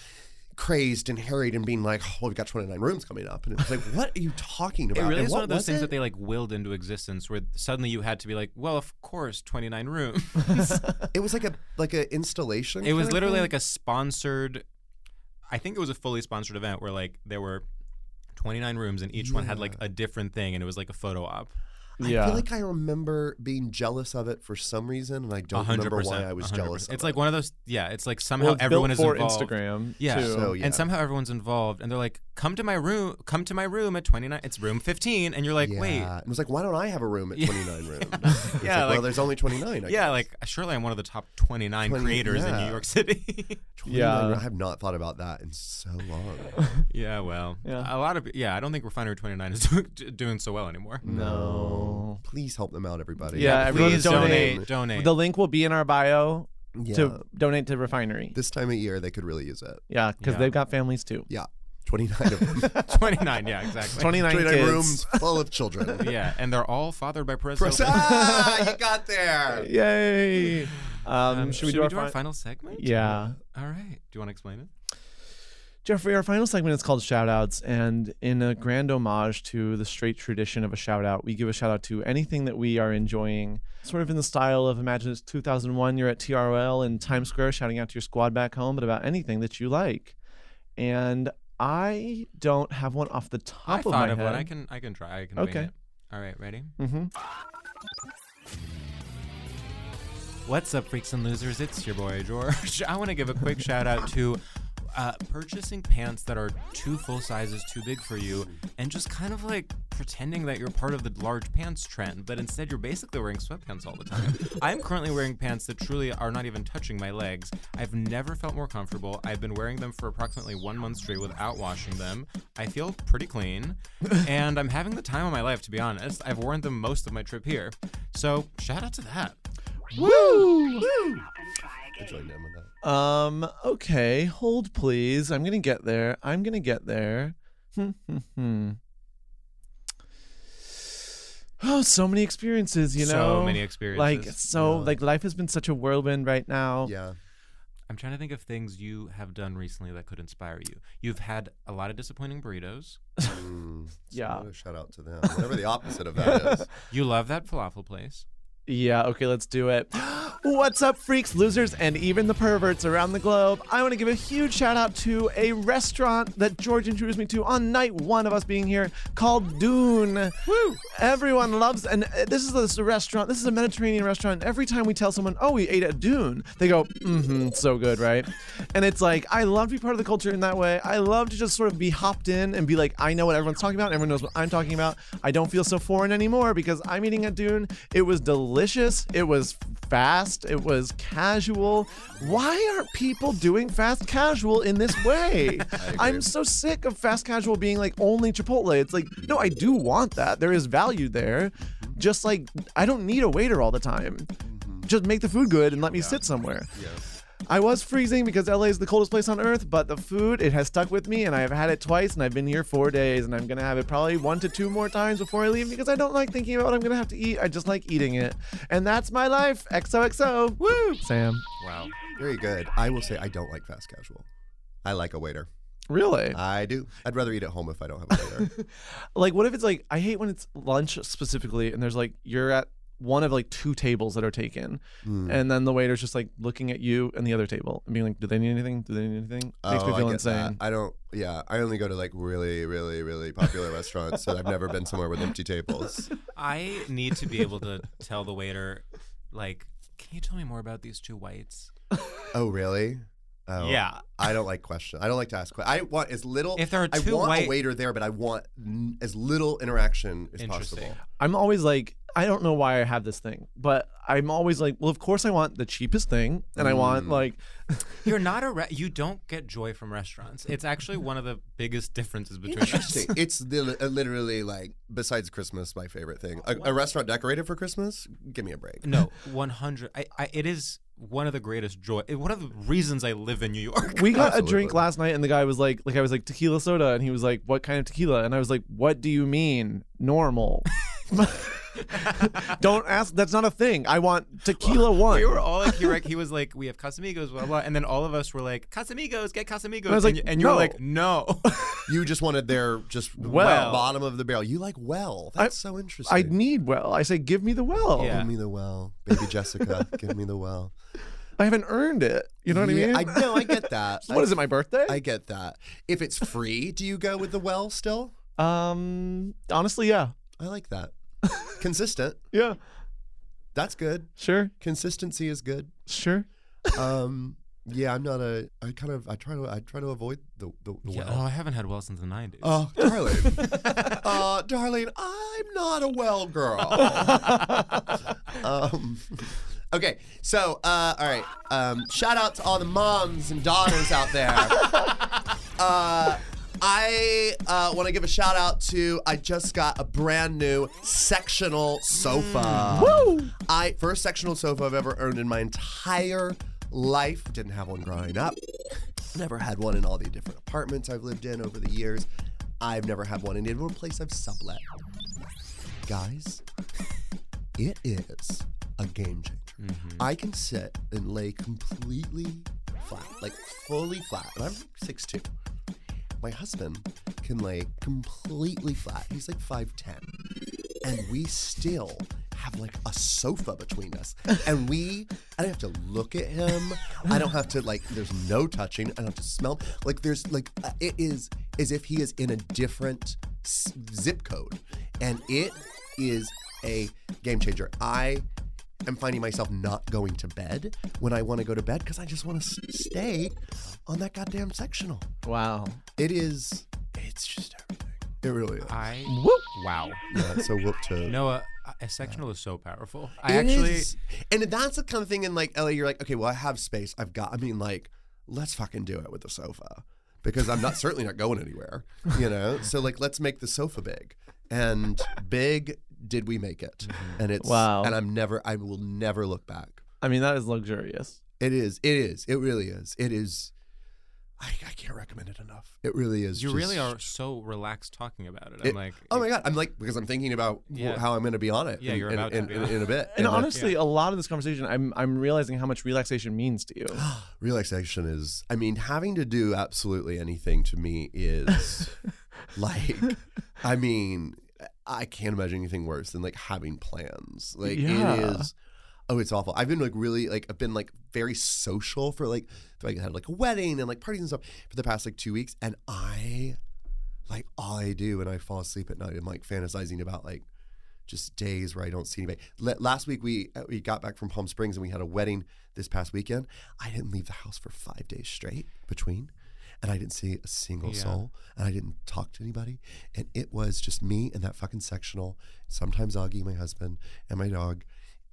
crazed and harried and being like, oh, we've got 29 rooms coming up, and it's like, what are you talking
It
about?
really
And
is
what
one of those
was
things
it?
that they like willed into existence, where suddenly you had to be like, well, of course, twenty nine room.
It was like a like an installation.
it was
kinda
literally
thing?
like a sponsored. I think it was a fully sponsored event where like there were twenty nine rooms and each one had like a different thing, and it was like a photo op.
yeah.
I feel like I remember being jealous of it for some reason, and I don't remember why I was
100%.
jealous. Of
It's
it.
like one of those. Yeah, it's like somehow
Well, it's
everyone
built
is
for
involved.
Instagram,
Yeah.
too.
So, yeah.
and somehow everyone's involved, and they're like, "Come to my room. Come to my room at 29. It's room 15." And you're like,
yeah.
"Wait,
It was like, why don't I have a room at 29 rooms? It's like,
Yeah,
well,
like-
there's only 29. I
yeah,
guess.
like surely I'm one of the top 29
Twenty-
creators in
yeah.
New York City."
29
Yeah.
I have not thought about that in so long.
yeah, well,
Yeah.
a lot of yeah. I don't think Refinery 29 is doing, doing so well anymore.
No.
Please help them out, everybody.
Yeah, everyone
Please
donate.
donate, donate.
The link will be in our bio
Yeah.
to donate to Refinery.
This time of year, they could really use it.
Yeah, because
Yeah.
they've got families too.
Yeah. 29 of them.
29, yeah, exactly.
29,
29
kids.
rooms full of children.
Yeah, and they're all fathered by
Press-
President.
ah, you got there.
Yay. Um,
should we do, our,
fin-
final segment?
Yeah.
All right. Do you want to explain it?
Jeffrey, our final segment is called Shoutouts, and in a grand homage to the straight tradition of a shout out, we give a shout out to anything that we are enjoying, sort of in the style of imagine it's 2001, you're at TRL in Times Square shouting out to your squad back home, but about anything that you like. And I don't have one off the top
I
of
thought
my
of
head.
one. I can I can try. I can
Okay.
wing it. All right, ready?
hmm
What's up, freaks and losers? It's your boy George. I want to give a quick shout out to uh, purchasing pants that are two full sizes too big for you, and just kind of like pretending that you're part of the large pants trend, but instead you're basically wearing sweatpants all the time. I'm currently wearing pants that truly are not even touching my legs. I've never felt more comfortable. I've been wearing them for approximately one month straight without washing them. I feel pretty clean, and I'm having the time of my life, to be honest. I've worn them most of my trip here. So, shout out to that.
Woo!
I joined in with that.
Um, okay, hold please. I'm gonna get there. I'm gonna get there. Hmm, hmm, hmm. oh, so many experiences, you
So
know.
many
Like
experiences.
so
Yeah.
like life has been such a whirlwind right now.
Yeah.
I'm trying to think of things you have done recently that could inspire you. You've had a lot of disappointing burritos.
Mm, so
Yeah.
another Shout out to them. Whatever the opposite of that is.
You love that falafel place.
Yeah, okay, let's do it. What's up, freaks, losers, and even the perverts around the globe? I want to give a huge shout out to a restaurant that George introduced me to on night one of us being here called Dune. Woo! Everyone loves, and uh, this is this restaurant, this is a Mediterranean restaurant. Every time we tell someone, oh, we ate at Dune, they go, mm hmm, so good, right? And it's like, I love to be part of the culture in that way. I love to just sort of be hopped in and be like, I know what everyone's talking about, everyone knows what I'm talking about. I don't feel so foreign anymore because I'm eating at Dune. It was delicious. It was fast. It was casual. Why aren't people doing fast casual in this way? I'm so sick of fast casual being like only Chipotle. It's like, no, I do want that. There is value there. Just like I don't need a waiter all the time. Just make the food good and let me sit somewhere. I was freezing because LA is the coldest place on earth, but the food, it has stuck with me and I have had it twice and I've been here four days and I'm gonna have it probably one to two more times before I leave because I don't like thinking about what I'm gonna have to eat. I just like eating it. And that's my life. XOXO. Woo! Sam.
Wow. Very good. I will say I don't like fast casual. I like a waiter.
Really?
I do. I'd rather eat at home if I don't have a waiter.
Uh, Like, what if it's like, I hate when it's lunch specifically and there's like, you're at one of like two tables that are taken
Mm.
and then the waiter's just like looking at you and the other table and being like do they need anything do they need anything makes me
Oh, I
feel
get
insane
that. I don't. Yeah, I only go to like really, really, really popular restaurants, so I've never been somewhere with empty tables.
I need to be able to tell the waiter, like, can you tell me more about these two whites?
Oh, really? Oh,
Yeah.
I don't like questions. I don't like to ask questions. I want as little.
If there are
I
two
want
white-
a waiter there, but I want n- as little interaction as possible.
I'm always like, I don't know why I have this thing, but I'm always like, well, of course I want the cheapest thing, and I want
Mm.
like,
You're not a re- you don't get joy from restaurants. It's actually one of the biggest differences between us.
Interesting. it's the, uh, literally like besides Christmas, my favorite thing. A, a restaurant decorated for Christmas? Give me a break.
No, 100. I, I it is one of the greatest joy. One of the reasons I live in New York.
we got a drink last night, and the guy was like, like I was like tequila soda, and he was like, what kind of tequila? And I was like, what do you mean normal? don't ask. That's not a thing. I want tequila one.
We were all like, he, rec- he was like, we have Casamigos, blah, blah. And then all of us were like, Casamigos, get Casamigos.
I was like,
and, you- and you were
"No."
like, no.
You just wanted their just
Well.
well bottom of the barrel. You like well. That's so interesting.
I need well. I say, give me the well.
Give me the well, baby Jessica. give me the well.
I haven't earned it. You know what I
Yeah,
mean?
I know. I get that.
What is it, my birthday?
I get that. If it's free, do you go with the well still?
Um, honestly, yeah.
I like that. Consistent.
yeah.
That's good.
Sure.
Consistency is good.
Sure.
Um. Yeah, I'm not a. I kind of. I try to. I try to avoid the the, the
Yeah,
well.
oh, I haven't had well since the 90s.
Oh, darling. uh, darling, I'm not a well girl. um, okay, so, uh, all right. Um, shout out to all the moms and daughters out there. Uh, I uh, want to give a shout out to I just got a brand new sectional sofa.
Woo!
I first sectional sofa I've ever owned in my entire life. Didn't have one growing up. Never had one in all the different apartments I've lived in over the years. I've never had one in any one place I've sublet. Guys, it is a game changer. I can sit and lay completely flat, like fully flat. And I'm 6'2. My husband can lay completely flat. He's like 5'10. And we still have like a sofa between us. And we, I don't have to look at him. I don't have to, like, there's no touching. I don't have to smell. Like, there's like, uh, it is as if he is in a different s- zip code. And it is a game changer. I am finding myself not going to bed when I want to go to bed because I just want to s- stay on that goddamn sectional.
Wow.
It is, it's just everything. It really is.
I wow.
Yeah, so whoop to
Noah, a sectional is so powerful. I
It
actually
is. and that's the kind of thing in like LA. You're like, okay, well, I have space. I've got. I mean, like, let's fucking do it with the sofa because I'm not certainly not going anywhere. You know, so like, let's make the sofa big. And big did we make it? And it's
Wow.
And I'm never. I will never look back.
I mean, that is luxurious.
It is. It is. It really is. It is. I, I can't recommend it enough. It really is.
you
just-
really are so relaxed talking about it. I'm
it-
like
oh my god! I'm like because I'm thinking about wh-
Yeah.
how I'm going to be on it.
Yeah,
in,
you're
in-
about to
in,
be
in,
on it.
in a bit.
And
like,
honestly, a lot of this conversation, I'm I'm realizing how much relaxation means to you.
relaxation is i mean having to do absolutely anything to me is like i mean i can't imagine anything worse than like having plans like
Yeah.
it is oh it's awful i've been like really like i've been like very social for like i had like a wedding and like parties and stuff for the past like two weeks and i like all i do when i fall asleep at night i'm like fantasizing about like just days where I don't see anybody. La- last week we uh, we got back from Palm Springs and we had a wedding this past weekend. I didn't leave the house for five days straight between, and I didn't see a single
Yeah.
soul, and I didn't talk to anybody, and it was just me and that fucking sectional. Sometimes Augie, my husband, and my dog,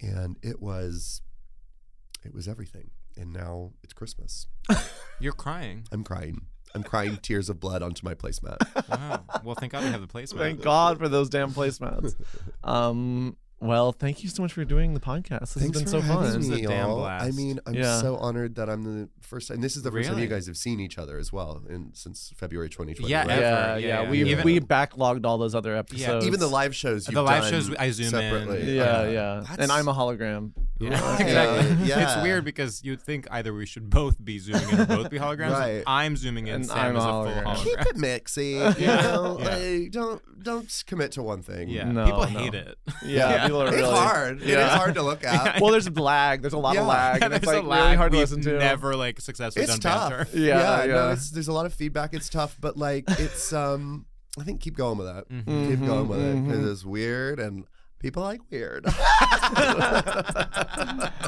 and it was
it was everything. And now it's Christmas.
You're crying.
I'm crying. I'm crying tears of blood onto my placemat.
Wow. Well, thank God we have the placement.
Thank God for those damn placemats. Um, well, thank you so much for doing the podcast. This
Thanks
has been
for
so fun.
having me, y'all. I mean, I'm so honored that I'm the first, and this is the first time
Really?
you guys have seen each other as well, and since February 2020.
Yeah,
right?
ever.
yeah,
Yeah,
yeah,
yeah.
We
Even-
we backlogged all those other episodes.
Even the uh, live shows
The
you've
live
done
shows, I zoom in.
separately.
Yeah,
Yeah.
yeah.
That's-
And I'm a hologram.
Yeah, exactly. It's weird because you'd think either we should both be zooming in or both be holograms.
Right.
I'm zooming in.
And
Sam
I'm
is a
a
full
hologram.
hologram.
Keep it mixy. You
Yeah.
know,
Yeah.
Like, don't don't commit to one thing.
Yeah. No, People no. hate it.
Yeah, Uh, people are
it's
really
hard. It is
Yeah.
hard to look at.
well, there's lag. There's a lot
Yeah.
of lag, and
There's
it's
a
like really
lag
hard to
we've
listen to.
never like successfully
it's
done
tough.
banter.
Yeah,
no,
yeah.
it's, there's a lot of feedback. It's tough, but like it's um, I think keep going with that.
Mhm.
Keep going with it. 'cause
Mhm.
It's weird, and people like weird.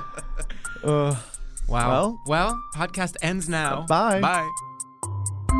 Uh,
Wow.
Well,
Well, podcast ends now.
Bye.
Bye.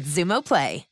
Zumo Play.